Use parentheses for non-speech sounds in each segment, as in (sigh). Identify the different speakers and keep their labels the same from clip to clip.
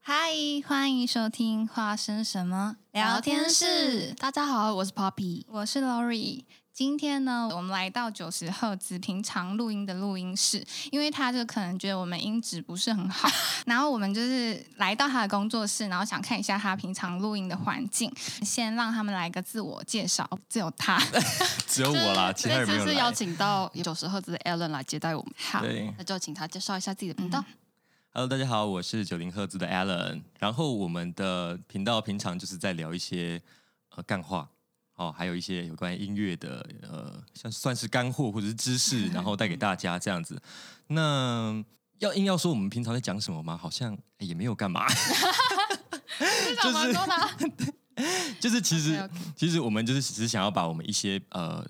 Speaker 1: 嗨，欢迎收听《化身什么聊天室》，
Speaker 2: 大家好，我是 Poppy。
Speaker 1: 我是 Lori。今天呢，我们来到九十赫兹平常录音的录音室，因为他就可能觉得我们音质不是很好，然后我们就是来到他的工作室，然后想看一下他平常录音的环境。先让他们来个自我介绍，只有
Speaker 2: (laughs)
Speaker 1: 他。
Speaker 3: 只有我啦，
Speaker 2: 就是
Speaker 3: 其他人没有
Speaker 2: 这次邀
Speaker 3: 来。
Speaker 2: 请到九十赫兹的 Alan 来接待我们，
Speaker 1: 好，
Speaker 3: 对
Speaker 2: 那就请他介绍一下自己的频道。
Speaker 3: ，Hello，大家好，我是九零赫兹的 Alan。然后我们的频道平常就是在聊一些呃干话，哦，还有一些有关于音乐的呃，像算是干货或者是
Speaker 2: (laughs)
Speaker 3: 知识，然后带给大家这样子。那要硬要说我们平常在讲什么吗？好像哎也没有
Speaker 2: (laughs)
Speaker 3: 干嘛，
Speaker 2: 干嘛说啊
Speaker 1: (laughs)
Speaker 2: 呢？
Speaker 3: 就是其实
Speaker 2: OK，OK
Speaker 3: 其实我们就是只是想要把我们一些呃。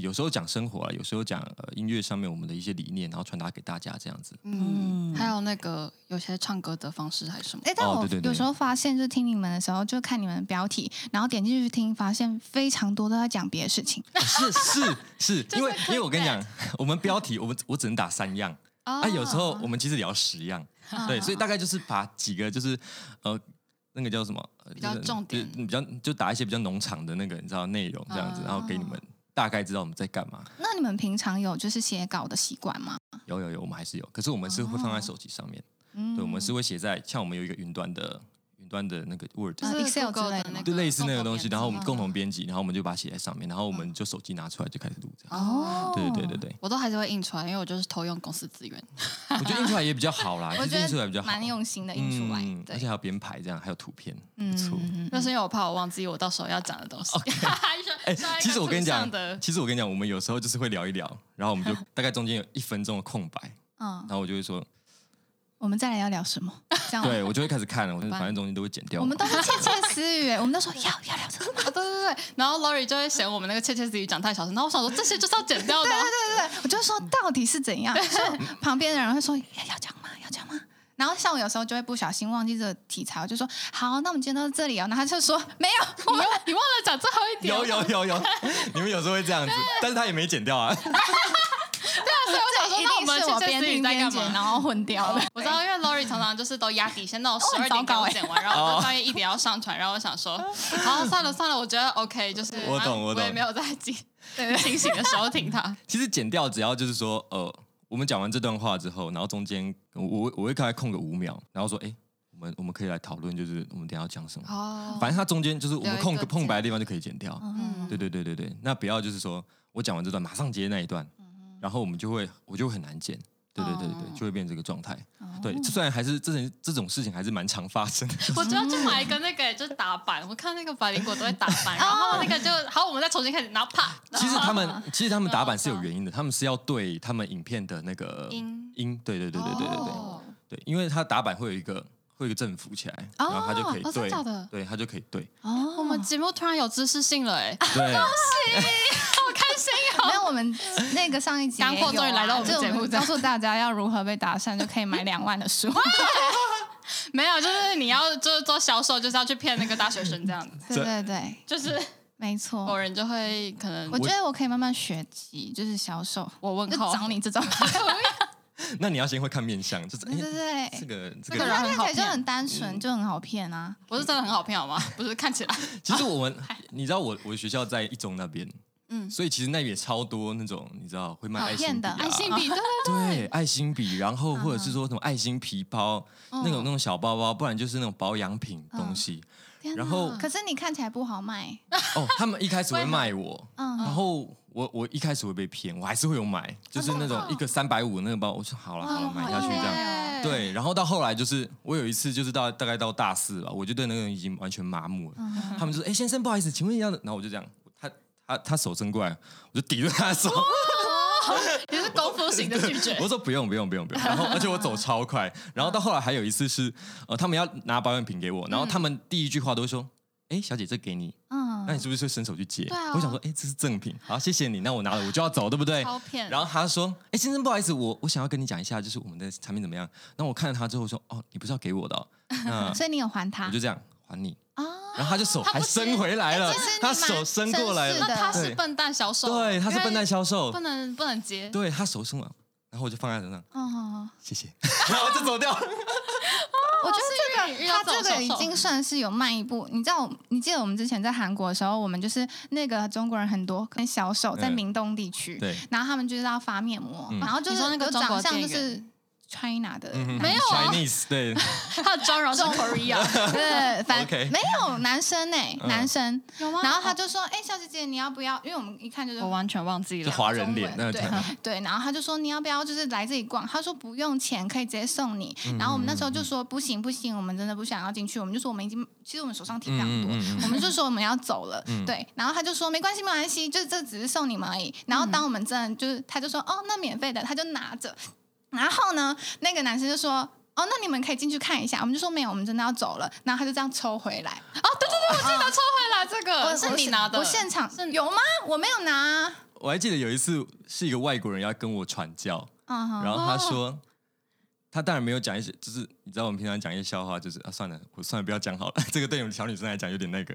Speaker 3: 有时候讲生活啊，有时候讲呃音乐上面我们的一些理念，然后传达给大家这样子。
Speaker 2: 嗯，还有那个有些唱歌的方式还是什么
Speaker 1: 哎、？但我
Speaker 3: 哦对对对
Speaker 1: 有时候发现，就是听你们的时候，就看你们的标题，然后点进去听，发现非常多都在讲别的事情。
Speaker 3: 是是是，因
Speaker 2: (laughs)
Speaker 3: 为
Speaker 2: 就是
Speaker 3: 因为我跟你
Speaker 2: clickbait
Speaker 3: 讲， (laughs) 我们标题我们我只能打三样
Speaker 2: 哦
Speaker 3: 啊，有时候我们其实聊十样，
Speaker 2: 嗯
Speaker 3: 对，所以大概就是把几个就是呃那个叫什么比
Speaker 2: 比较重点
Speaker 3: 比较就打一些比较农场的那个你知道内容这样子，然后给你
Speaker 2: 哦
Speaker 3: 们大概知道我们在干嘛。
Speaker 1: 那你们平常有就是写稿的习惯吗？
Speaker 3: 有有有，我们还是有，可是我们是会放在手机上面，
Speaker 2: 哦
Speaker 1: 嗯
Speaker 3: 对，我们是会写在像我们有一个云端的云端的那个 Word
Speaker 2: 就是
Speaker 1: Excel
Speaker 2: Google
Speaker 1: 之类的
Speaker 2: 的那
Speaker 1: 吗
Speaker 2: 个
Speaker 3: 就类似那个东西，
Speaker 2: 嗯共同编辑嗯
Speaker 3: 然后我们共同编辑，然后我们就把它写在上面，然后我们就手机拿出来就开始录这样。
Speaker 2: 哦，
Speaker 3: 对对对对对，
Speaker 2: 我都还是会印出来，因为我就是偷用公司资源。
Speaker 3: 我觉得印出来也比较好
Speaker 1: (laughs)
Speaker 3: 啦，
Speaker 1: 我
Speaker 3: 其
Speaker 1: 觉
Speaker 3: 实印出来
Speaker 1: 得
Speaker 3: 比较好，
Speaker 1: 蛮用心的印出来，
Speaker 3: 嗯而
Speaker 1: 对
Speaker 3: 且，还有编排这样，还有图片，不错。
Speaker 1: 嗯，
Speaker 2: 那是因为我怕我忘记我到时候要讲的东 (laughs)
Speaker 3: (laughs)
Speaker 2: 西。
Speaker 3: 哎、
Speaker 2: 哎
Speaker 3: 其实我跟你讲
Speaker 2: 的，，
Speaker 3: 其实我跟你讲，我们有时候就是会聊一聊，然后我们就大概中间有一分钟的空白，
Speaker 1: 嗯，
Speaker 3: 然后我就
Speaker 1: (laughs)
Speaker 3: 会说，
Speaker 1: 我们再来要聊什么？这样吗，
Speaker 3: 对我就会开始看了，我就
Speaker 2: 办
Speaker 3: 反正中间都会剪掉
Speaker 1: 哦我
Speaker 3: 嘛。
Speaker 1: 们都是窃窃私语，哎我们都说要要聊这个。
Speaker 2: 啊对对对，然后 Lori 就会嫌我们那个窃窃私语讲太小声，然后我想说这些就是要剪掉的啊，
Speaker 1: 对，我就说到底是怎样？所以旁边的人会说要要讲吗？要讲吗？然后像我有时候就会不小心忘记这个题材，我就说好，那我们今天到这里哦。然后他就说没有，
Speaker 2: 你忘你忘了讲最后一点，哦
Speaker 3: 有有有
Speaker 1: (laughs)
Speaker 3: 有，你们有时候会这样子，但是他也没剪掉啊。 (laughs)
Speaker 2: 对，啊我想
Speaker 1: 这
Speaker 2: 说
Speaker 1: 一
Speaker 2: 那我
Speaker 1: 定
Speaker 2: 们
Speaker 1: 是我
Speaker 2: 窃窃
Speaker 1: 边
Speaker 2: 私语
Speaker 1: 听
Speaker 2: 在
Speaker 1: 边
Speaker 2: 干
Speaker 1: 剪，
Speaker 2: 嘛？
Speaker 1: 然后混掉的。
Speaker 2: 我知道，因为 Lori 常常就是都压底线，到十
Speaker 1: 很
Speaker 2: 二
Speaker 1: 糟
Speaker 2: 点给
Speaker 1: 糕
Speaker 2: 我
Speaker 1: 哎
Speaker 2: 剪完，然
Speaker 3: 哦
Speaker 2: 后我半夜一点要上传，然后我想
Speaker 1: (laughs)
Speaker 2: 说，好算了算了，我觉得 OK，就是
Speaker 3: 我懂
Speaker 2: 啊
Speaker 3: 我
Speaker 2: 我
Speaker 3: 懂
Speaker 2: 也没有在
Speaker 1: (laughs)
Speaker 2: 清清醒的时候听他，
Speaker 3: 其实剪掉只要就是说，呃，我们讲完这段话之后，然后中间我我我会大概空个五秒，然后说，哎、我们我们可以来讨论，就是我们等一下要讲什么。
Speaker 2: 哦，
Speaker 3: 反正它中间就是我们
Speaker 2: 有一
Speaker 3: 空
Speaker 2: 个
Speaker 3: 个空白
Speaker 2: 间
Speaker 3: 的地方就可以剪掉。
Speaker 1: 嗯，
Speaker 3: 对对对对对，那不要就是说我讲完这段马上接那一段，然后我们就会我就会很难剪。对对对
Speaker 2: 哦
Speaker 3: 对对，就会变这个状态。对，虽然还是这种这种事情还是蛮常
Speaker 2: (laughs)
Speaker 3: 发生的。
Speaker 2: 我就要去买一个那个就是打板，我看那个百灵果都会打板，然
Speaker 1: 哦
Speaker 2: 后那个就好，我们再重新开始，然后啪，
Speaker 3: 其实他们其实他们打板是有
Speaker 2: 嗯
Speaker 3: 原因的，他们是要对他们影片的那个
Speaker 2: 音
Speaker 3: 音，对对对对对对
Speaker 2: 哦
Speaker 3: 对对，因为他打板会有一个会有一个振幅起来，然后他就可以
Speaker 2: 哦真的假的
Speaker 3: 对，对他就可以
Speaker 2: (laughs)
Speaker 3: 对
Speaker 1: 哦，
Speaker 2: 我们节目突然有知识性了，
Speaker 1: 啊
Speaker 2: 哎，
Speaker 3: 对。
Speaker 2: 好开心哦！
Speaker 1: 没有，我们那个上一集也有啊
Speaker 2: (laughs) 干货终于来到我们
Speaker 1: 就
Speaker 2: 节目
Speaker 1: 告诉大家要如何被搭讪，就可以买两万的书。
Speaker 2: 没有，就是你要就是做销售，就是要去骗那个大学生这样
Speaker 1: (laughs)
Speaker 2: 子，
Speaker 1: 对对对，
Speaker 2: 就是
Speaker 1: 没
Speaker 2: 某
Speaker 1: 错。
Speaker 2: 人就会可能
Speaker 1: 我觉得我可以慢慢学习，就是销售，
Speaker 2: 我问
Speaker 1: 就
Speaker 2: 号，
Speaker 1: 找你这
Speaker 2: (laughs)
Speaker 1: 种。
Speaker 3: 那你要先会看面相，就是
Speaker 1: 对对
Speaker 3: 哎
Speaker 1: 对，
Speaker 3: 这个这
Speaker 2: 这个
Speaker 3: 个
Speaker 2: 人
Speaker 1: 看
Speaker 2: 很
Speaker 1: 起
Speaker 2: 好
Speaker 1: 来就
Speaker 2: 骗
Speaker 1: 很单
Speaker 3: 嗯
Speaker 1: 纯，就很好骗啊。
Speaker 2: 我是真的很好骗，好吗？不是看起来，
Speaker 3: 其实我们，你知道我我学校在一中那边，嗯，所以其实那也超多那种你知道会卖
Speaker 1: 好
Speaker 3: 爱
Speaker 1: 骗
Speaker 3: 心笔、
Speaker 1: 的
Speaker 3: 啊、
Speaker 2: 爱心笔，对
Speaker 3: 对爱心笔，然后或者是说什么爱心皮包，那种那种小包包，不然就是那种保养品东西。
Speaker 1: 天
Speaker 3: 然
Speaker 1: 哪
Speaker 3: 后
Speaker 1: 可是你看起来不好卖，
Speaker 3: 哦，他们一开始会卖我，
Speaker 1: 嗯
Speaker 3: 然后我我一开始会被骗，我还是会有买，就是那种一个三百五那个包，我说
Speaker 1: 哦
Speaker 3: 好了好了哦买下去这样。
Speaker 2: 样
Speaker 3: 对，然后到后来就是我有一次就是到大概到大四吧，我就对那个人已经完全麻木了。
Speaker 2: 嗯
Speaker 3: 他们就说：“哎、先生，不好意思，请问一下。”然后我就这样，他他他手伸过来，我就抵住他的手，
Speaker 2: 你是功夫型的哦拒绝
Speaker 3: 我，说：“不用，不用，不用，不用。”然后而且我走超快。然后到后来还有一次是，呃，他们要拿保养品给我，然后他们第一句话都会说。哎，小姐，这给你，
Speaker 1: 嗯
Speaker 3: 那，你是不是会伸手去接？
Speaker 2: 对啊
Speaker 3: 我想说，哎，这是赠品，好，谢谢你，那我拿了我就要走，对 (laughs) 不对？
Speaker 2: 超骗
Speaker 3: 然后他说，哎，先生，不好意思，我我想要跟你讲一下，就是我们的产品怎么样。那我看了他之后说，哦，你不是要给我的、哦，那 (laughs)
Speaker 1: 所以你有还他
Speaker 3: 我就这样还你
Speaker 1: 啊
Speaker 3: 然后他就手
Speaker 2: 他不
Speaker 3: 还伸回来了
Speaker 1: 其实，你
Speaker 3: 哦他
Speaker 1: 蛮
Speaker 3: 手伸过来
Speaker 1: 绅士
Speaker 3: 了
Speaker 1: 的，
Speaker 2: 那他是笨蛋小手，
Speaker 3: 对，他是笨蛋销售
Speaker 2: 不，能不能接，
Speaker 3: 对他手伸过来，然后我就放在身上，
Speaker 1: 哦，
Speaker 3: 谢谢， (laughs) 然后就走掉了。
Speaker 1: 我觉
Speaker 2: 哦是因
Speaker 1: 得
Speaker 2: 为
Speaker 1: 这
Speaker 2: 你遇
Speaker 1: 个
Speaker 2: 到
Speaker 1: 他
Speaker 2: 这种
Speaker 1: 这个已
Speaker 2: 销售
Speaker 1: 经算是有慢一步。你知道，你记得我们之前在韩国的时候，我们就是那个中国人很多跟销售在
Speaker 3: 嗯
Speaker 1: 明洞地区，
Speaker 3: 对，
Speaker 1: 然后他们就是要发面膜，
Speaker 3: 嗯
Speaker 1: 然后就
Speaker 2: 你
Speaker 1: 是
Speaker 2: 说那个
Speaker 1: 有
Speaker 2: 中国
Speaker 1: 长相就
Speaker 2: 店员
Speaker 1: 是 China 的
Speaker 3: 嗯
Speaker 1: 男
Speaker 2: 没有啊
Speaker 3: ，Chinese，对，
Speaker 2: 他的妆容是 Korea
Speaker 1: 对，
Speaker 3: (laughs)
Speaker 1: 反
Speaker 3: OK
Speaker 1: 没有男生哎、
Speaker 3: 嗯
Speaker 1: 男生。
Speaker 2: (laughs) 有吗
Speaker 1: 然后他就说：“哎、小姐姐，你要不要？因为我们一看就是
Speaker 2: 我完全忘记
Speaker 3: 就
Speaker 2: 了，
Speaker 3: 华人脸，
Speaker 1: 中
Speaker 3: 那
Speaker 1: 文
Speaker 3: 个
Speaker 1: 对对。”然后他就说：“你要不要就是来这里逛？”他说：“不用钱，可以直接送你。
Speaker 3: 嗯
Speaker 1: 然后我们那时候就说：“不行不行，我们真的不想要进去。”我们就说：“我们已经，其实我们手上提非常多。
Speaker 3: 嗯嗯嗯嗯
Speaker 1: 我们就说我们要走了，
Speaker 3: 嗯
Speaker 1: 对，然后他就说没关系，没关系，就是这只是送你们而已。然
Speaker 2: 嗯
Speaker 1: 后当我们真的就是，他就说哦，那免费的，他就拿着。然后呢，那个男生就说哦，那你们可以进去看一下。我们就说没有，我们真的要走了。然后他就这样抽回来，
Speaker 2: 啊，对对对，我记得抽回来这个是你拿的，
Speaker 1: 我现场
Speaker 2: 是
Speaker 1: 有吗？我没有拿啊。
Speaker 3: 我还记得有一次是一个外国人要跟我传教，
Speaker 1: 嗯
Speaker 2: 哦
Speaker 1: 哼
Speaker 3: 然后他说，他当然没有讲一些，就是你知道我们平常讲一些笑话，就是啊算了，我算了不要讲好了， (laughs) 这个对我们小女生来讲有点
Speaker 2: (laughs)
Speaker 3: 那个，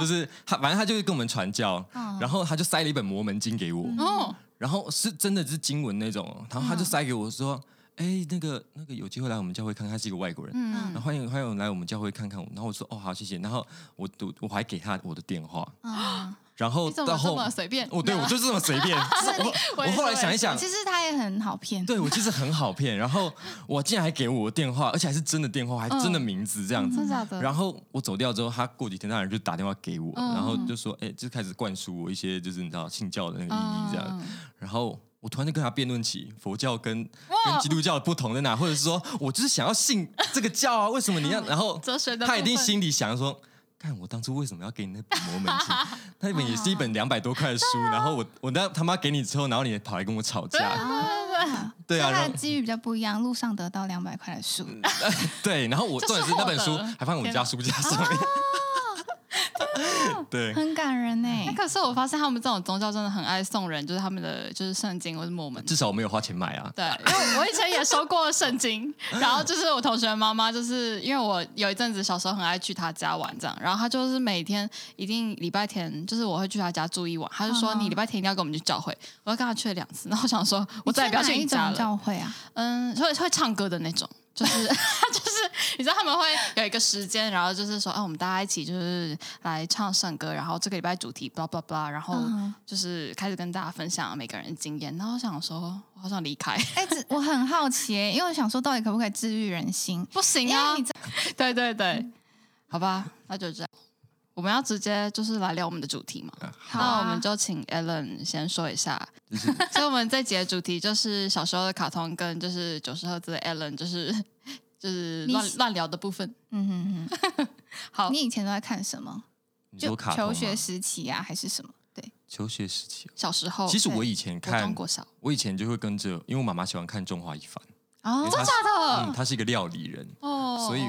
Speaker 3: 就是他反正他就是跟我们传教，然后他就塞了一本摩门经给我，
Speaker 2: 嗯哦，嗯
Speaker 3: 然后是真的是经文那种哦，然后他就塞给我说，哎那个那个有机会来我们教会看看，他是一个外国人，
Speaker 1: 嗯
Speaker 3: 然后欢迎欢迎来我们教会看看我，然后我说哦好谢谢，然后我我我还给他我的电话，
Speaker 1: 嗯，
Speaker 3: 然后
Speaker 2: 你怎
Speaker 3: 到
Speaker 2: 么这
Speaker 3: 后哦
Speaker 2: 么随便？啊
Speaker 3: 我对我就是这么随便，我
Speaker 2: 我
Speaker 3: 我
Speaker 2: (laughs) 也是
Speaker 3: 后来想一想
Speaker 1: 其，实他也很好骗。
Speaker 3: 对我其实很好骗，然后我竟然还给我电话，而且还是真的电话，还真的
Speaker 2: 嗯
Speaker 3: 名字这样子。
Speaker 2: 真的假的？
Speaker 3: 然后我走掉之后，他过几天当然就打电话给我，
Speaker 2: 嗯
Speaker 3: 然后就说：“哎、就开始灌输我一些就是你知道信教的那个意义这样。
Speaker 2: 嗯
Speaker 3: 然后我突然就跟他辩论起佛教跟跟基督教的不同在哪，或者是说我就是想要信这个教啊，为什么你要？然后
Speaker 2: 哲嗯学的部分
Speaker 3: 他一定心里想说。看我当初为什么要给你那本摩门
Speaker 2: (laughs)
Speaker 3: 经？那本也是一本两百多块的书，
Speaker 2: 啊
Speaker 3: 然后我我那他妈给你之后，然后你跑来跟我吵架，
Speaker 1: 啊
Speaker 3: 对啊，
Speaker 1: 所以
Speaker 3: 然
Speaker 1: 他
Speaker 3: 后嗯
Speaker 1: 的机遇比较不一样，路上得到两百块的书，
Speaker 3: 对，然后我
Speaker 2: 这是
Speaker 3: 重点是那
Speaker 2: 厚
Speaker 3: 本书
Speaker 2: 的
Speaker 3: 还放我们家书架上面。
Speaker 2: 哦
Speaker 3: (laughs) 对，
Speaker 2: 啊
Speaker 1: 很感人呢。
Speaker 2: 哎可是我发现他们这种宗教真的很爱送人，就是他们的就是圣经或者我们
Speaker 3: 至少我没有花钱买啊。
Speaker 2: 对，因为我以前也收过圣经，然后就是我同学妈妈，就是因为我有一阵子小时候很爱去她家玩这样，然后她就是每天一定礼拜天，就是我会去她家住一晚，她就说
Speaker 1: 嗯
Speaker 2: 你礼拜天一定要跟我们去教会，我要跟她去了两次，然后我想说我
Speaker 1: 你
Speaker 2: 再也不要
Speaker 1: 哪
Speaker 2: 去
Speaker 1: 一
Speaker 2: 你家
Speaker 1: 种
Speaker 2: 了，
Speaker 1: 教会啊？
Speaker 2: 嗯，会会唱歌的那种。就是 (laughs) 就是，你知道他们会有一个时间，然后就是说，啊，我们大家一起就是来唱圣歌，然后这个礼拜主题 blah blah blah，然后
Speaker 1: 嗯
Speaker 2: 就是开始跟大家分享每个人的经验，然后我想说，我好想离开，
Speaker 1: 哎、这 (laughs) 我很好奇、因为我想说，到底可不可以治愈人心？
Speaker 2: 不行
Speaker 1: 因
Speaker 2: 啊
Speaker 1: 为你！知
Speaker 2: 对对对，好吧，那就这样。我们要直接就是来聊我们的主题嘛，
Speaker 1: 好
Speaker 2: 那
Speaker 1: 啊
Speaker 2: 我们就请 Alan 先说一下。
Speaker 3: 就是
Speaker 2: (laughs) 所以我们这集的主题就是小时候的卡通跟就是九十赫兹的 Alan，就是就是
Speaker 1: 你
Speaker 2: 乱乱聊的部分。
Speaker 1: 嗯嗯嗯，
Speaker 2: 好，
Speaker 1: 你以前都在看什么？
Speaker 3: 你
Speaker 1: 就
Speaker 3: 说卡通
Speaker 1: 求
Speaker 3: 吗
Speaker 1: 学时期啊，还是什么？对，
Speaker 3: 求学时期哦，
Speaker 2: 小时候
Speaker 3: 其实
Speaker 1: 对
Speaker 3: 我以前
Speaker 2: 国中
Speaker 3: 看，
Speaker 2: 国小，
Speaker 3: 我以前就会跟着，因为我妈妈喜欢看《中华一番
Speaker 1: 哦
Speaker 3: 因为他是
Speaker 2: 真的
Speaker 3: 嗯，她是一个料理人。
Speaker 2: 哦
Speaker 3: 所以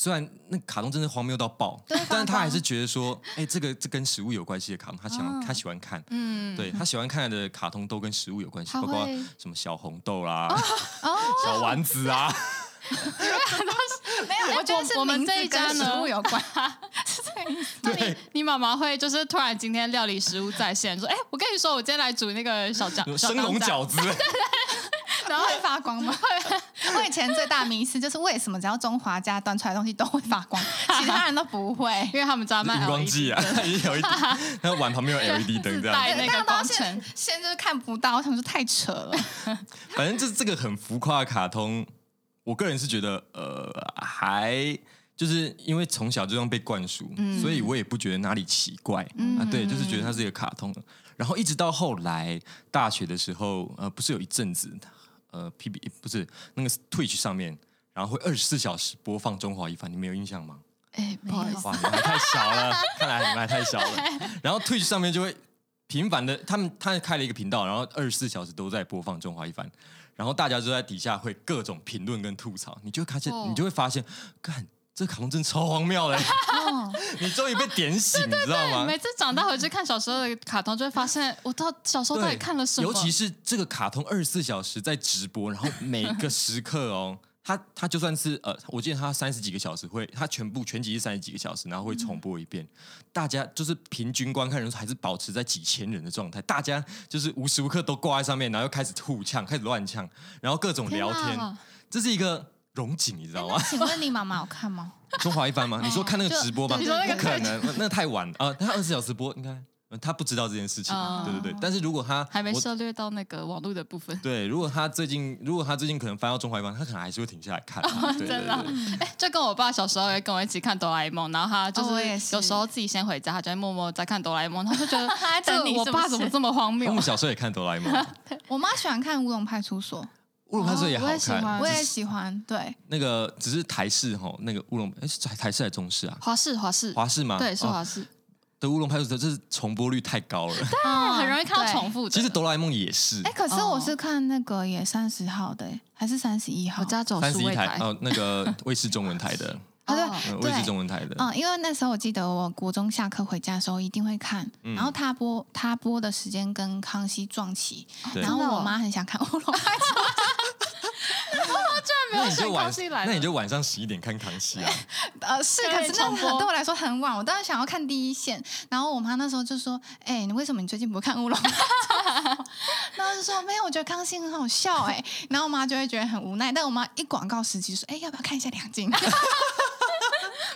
Speaker 3: 虽然那卡通真的荒谬到爆，但是她还是觉得说，哎，这个这跟食物有关系的卡通，她喜欢她喜欢看。
Speaker 2: 哦嗯，
Speaker 3: 对她喜欢看的卡通都跟食物有关系，
Speaker 2: 她
Speaker 3: 包括
Speaker 2: 会哦
Speaker 3: 什么小红豆啦、 (laughs) 小丸子啊，
Speaker 1: 没有，我觉得是
Speaker 2: 我们
Speaker 1: 名字
Speaker 2: 这一家
Speaker 1: 跟
Speaker 2: 呢
Speaker 1: 食物有关，啊 (laughs) 是这个意思。
Speaker 2: 那你你妈妈会就是突然今天料理食物在线，说哎、我跟你说，我今天来煮那个小饺小
Speaker 3: 生
Speaker 2: 当
Speaker 3: 龙
Speaker 2: 家
Speaker 3: 饺子。
Speaker 1: 然后会发光吗？我以前最大迷思就是为什么只要中华家端出来的东西都会发光，其他人都不 (laughs) 会。
Speaker 2: 因为他们家卖
Speaker 3: 荧光
Speaker 2: LED
Speaker 3: 剂啊，它 (laughs) 也有一，那碗旁边有 LED 灯这样
Speaker 2: 带
Speaker 3: 子。
Speaker 1: 但
Speaker 2: 那个
Speaker 1: 是
Speaker 2: 光
Speaker 1: 到
Speaker 2: 程
Speaker 1: 现现在就是看不到，我想说太扯 (laughs) 了。
Speaker 3: 反正就是这个很浮夸的卡通，我个人是觉得呃还。就是因为从小就这样被灌输，所以我也不觉得哪里奇怪、啊。对，就是觉得它是一个卡通。然后一直到后来大学的时候，呃，不是有一阵子，呃，P B 不是那个 Twitch 上面，然后会二十四小时播放《中华一番》，你们有印象吗？
Speaker 2: 哎、
Speaker 1: 没
Speaker 2: 不好意
Speaker 1: 有
Speaker 2: 思，
Speaker 3: 哇，你们还太小了， (laughs) 看来你们还太
Speaker 2: (laughs)
Speaker 3: 小了。然后 Twitch 上面就会频繁的，他们他开了一个频道，然后二十四小时都在播放《中华一番》，然后大家就在底下会各种评论跟吐槽，你就会发现，
Speaker 2: 哦
Speaker 3: 你就会发现，干这卡通真的超荒谬嘞！
Speaker 1: 哦，
Speaker 3: (laughs) 你终于被点醒，你知道吗
Speaker 2: 每？次长大回去看小时候的卡通，就会发现我到小时候到底看了什么。
Speaker 3: 尤其是这个卡通二十四小时在直播，然后每个时刻哦。 (laughs) 他他就算是呃，我记得他三十几个小时会，他全部全集是三十几个小时，然后会重播一遍。大家就是平均观看人数还是保持在几千人的状态，大家就是无时无刻都挂在上面，然后又开始互呛，开始乱呛，然后各种聊天，
Speaker 2: 天哪
Speaker 3: 这是一个荣景，你知道吗？
Speaker 1: 请问你妈妈有看吗？
Speaker 3: 中华一番吗？你说看那个直播吗？
Speaker 1: 就
Speaker 2: 啊你说那个
Speaker 3: 不可
Speaker 2: 太
Speaker 3: 能，那太晚了啊！他二十小时播，应该呃他不知道这件事情，
Speaker 2: 哦
Speaker 3: 对对对。但是如果他
Speaker 2: 还没
Speaker 3: 我
Speaker 2: 涉略到那个网络的部分。 (laughs)
Speaker 3: 对，如果他最近，如果他最近可能翻到中华一番，他可能还是会停下来看啊。对对
Speaker 2: 真的啊
Speaker 3: 对，
Speaker 2: 哎，就跟我爸小时候也跟我一起看哆啦 A 梦，然后他就
Speaker 1: 哦我也
Speaker 2: 是
Speaker 1: 是
Speaker 2: 有时候自己先回家，他就会默默在看哆啦 A (laughs) 梦，他就觉得
Speaker 1: 还
Speaker 2: 这个我爸怎么这么荒
Speaker 3: 我 (laughs)
Speaker 2: 谬
Speaker 3: 们？小时候也看哆啦 A 梦，啊《
Speaker 1: 我妈喜欢看《乌龙派出所
Speaker 3: 乌龙派出所》，也好
Speaker 2: 哦我也喜
Speaker 3: 看。
Speaker 2: 欢
Speaker 1: 我也喜欢。对，
Speaker 3: 那个只是台式吼，那个乌龙哎是台台式还是中式啊？
Speaker 2: 华视，华视，
Speaker 3: 华视吗？
Speaker 2: 对，是
Speaker 3: 哦
Speaker 2: 华视， (laughs)
Speaker 3: 对，乌龙派出所就是重播率太高了。
Speaker 1: 嗯
Speaker 2: 啊很容易看到重。复的。
Speaker 3: 其实哆啦 A 梦也是
Speaker 1: 哎，，可是
Speaker 2: 哦
Speaker 1: 我是看那个也三十号的，哎还是三十一号？
Speaker 2: 我家走
Speaker 3: 三
Speaker 2: 数
Speaker 3: 十一
Speaker 2: 位
Speaker 3: 台哦，那个卫视中文台的，
Speaker 1: 啊，对
Speaker 2: 哦，
Speaker 3: 呃
Speaker 2: (laughs)
Speaker 3: 卫视
Speaker 1: 对。
Speaker 3: 中文台的，
Speaker 1: 嗯，因为那时候我记得，我国中下课回家的时候一定会看，
Speaker 3: 嗯
Speaker 1: 然后他播他播的时间跟《康熙撞期》，
Speaker 3: 对
Speaker 1: 然后
Speaker 2: 真的哦
Speaker 1: 我妈很想看《乌龙派出所》，
Speaker 2: 没有
Speaker 3: 那你就
Speaker 2: 选
Speaker 3: 晚
Speaker 2: 康熙来，了
Speaker 3: 那你就晚上十一点看康熙啊。
Speaker 1: (laughs) 呃，是，
Speaker 2: 对
Speaker 1: 可是那
Speaker 2: 重播
Speaker 1: 很对我来说很晚，我当然想要看第一线。然后我妈那时候就说：“哎、你为什么你最近不看乌龙派出所？” (laughs) 然后就说：“没有，我觉得康熙很好笑。”哎，然后我妈就会觉得很无奈。但我妈一广告时期说：“哎、要不要看一下梁 (laughs) 静？”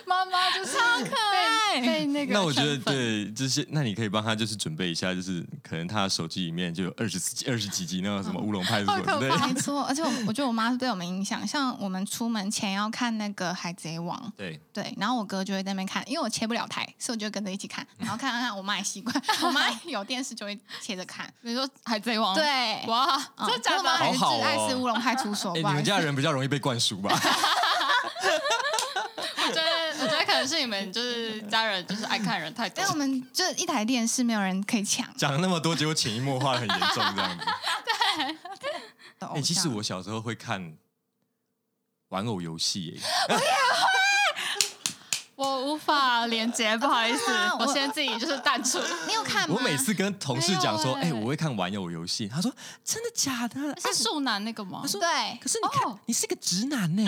Speaker 2: 妈妈就是超可
Speaker 1: 爱
Speaker 2: 被被那个。
Speaker 3: 那我觉得，对这些，那你可以帮他就是准备一下，就是可能他的手机里面就有二十二十几集那种什么乌龙派出所
Speaker 2: 好可怕
Speaker 3: 之类
Speaker 1: 没错，而且我我觉得我妈是被我们影响，像我们出门前要看那个《海贼王》，
Speaker 3: 对，
Speaker 1: 对，然后我哥就会在那边看，因为我切不了台，所以我就跟着一起看，然后看看看，我妈也习
Speaker 3: (laughs)
Speaker 1: 惯，我妈有电视就会切着看，
Speaker 2: 你说《海贼王》
Speaker 1: 对。
Speaker 2: 哇，
Speaker 1: 嗯
Speaker 2: 真的假
Speaker 1: 我妈
Speaker 2: 的？
Speaker 1: 还是
Speaker 3: 哦好好
Speaker 1: 挚爱
Speaker 3: 哦
Speaker 1: 是乌龙派出所。
Speaker 3: 哎，你
Speaker 1: 不好意
Speaker 3: 们
Speaker 1: 思
Speaker 3: 家人比较容易被灌输吧？ (laughs)
Speaker 2: 我觉得，我觉得可能是你们就是家人，就是爱看人太多
Speaker 1: 但。我们就一台电视，没有人可以抢。
Speaker 3: 讲了那么多，结果潜移默化得很严重
Speaker 2: (laughs)
Speaker 3: 这样子。
Speaker 1: 的偶
Speaker 3: 哎，其实
Speaker 1: 像
Speaker 3: 我小时候会看玩偶游戏耶，
Speaker 2: 我无法连接，不好意思
Speaker 1: 真的吗，
Speaker 2: 我
Speaker 1: 我
Speaker 2: 现在自己就是淡出。
Speaker 1: 你有看吗？
Speaker 3: 我每次跟同事讲说，
Speaker 2: 没有哎
Speaker 3: 哎，我会看玩偶游戏，他说真的假的？啊
Speaker 2: (laughs) 是树男那个吗？
Speaker 1: 对，
Speaker 3: 可是你看
Speaker 2: 哦，
Speaker 3: 你是个直男
Speaker 2: (laughs)
Speaker 3: 呢。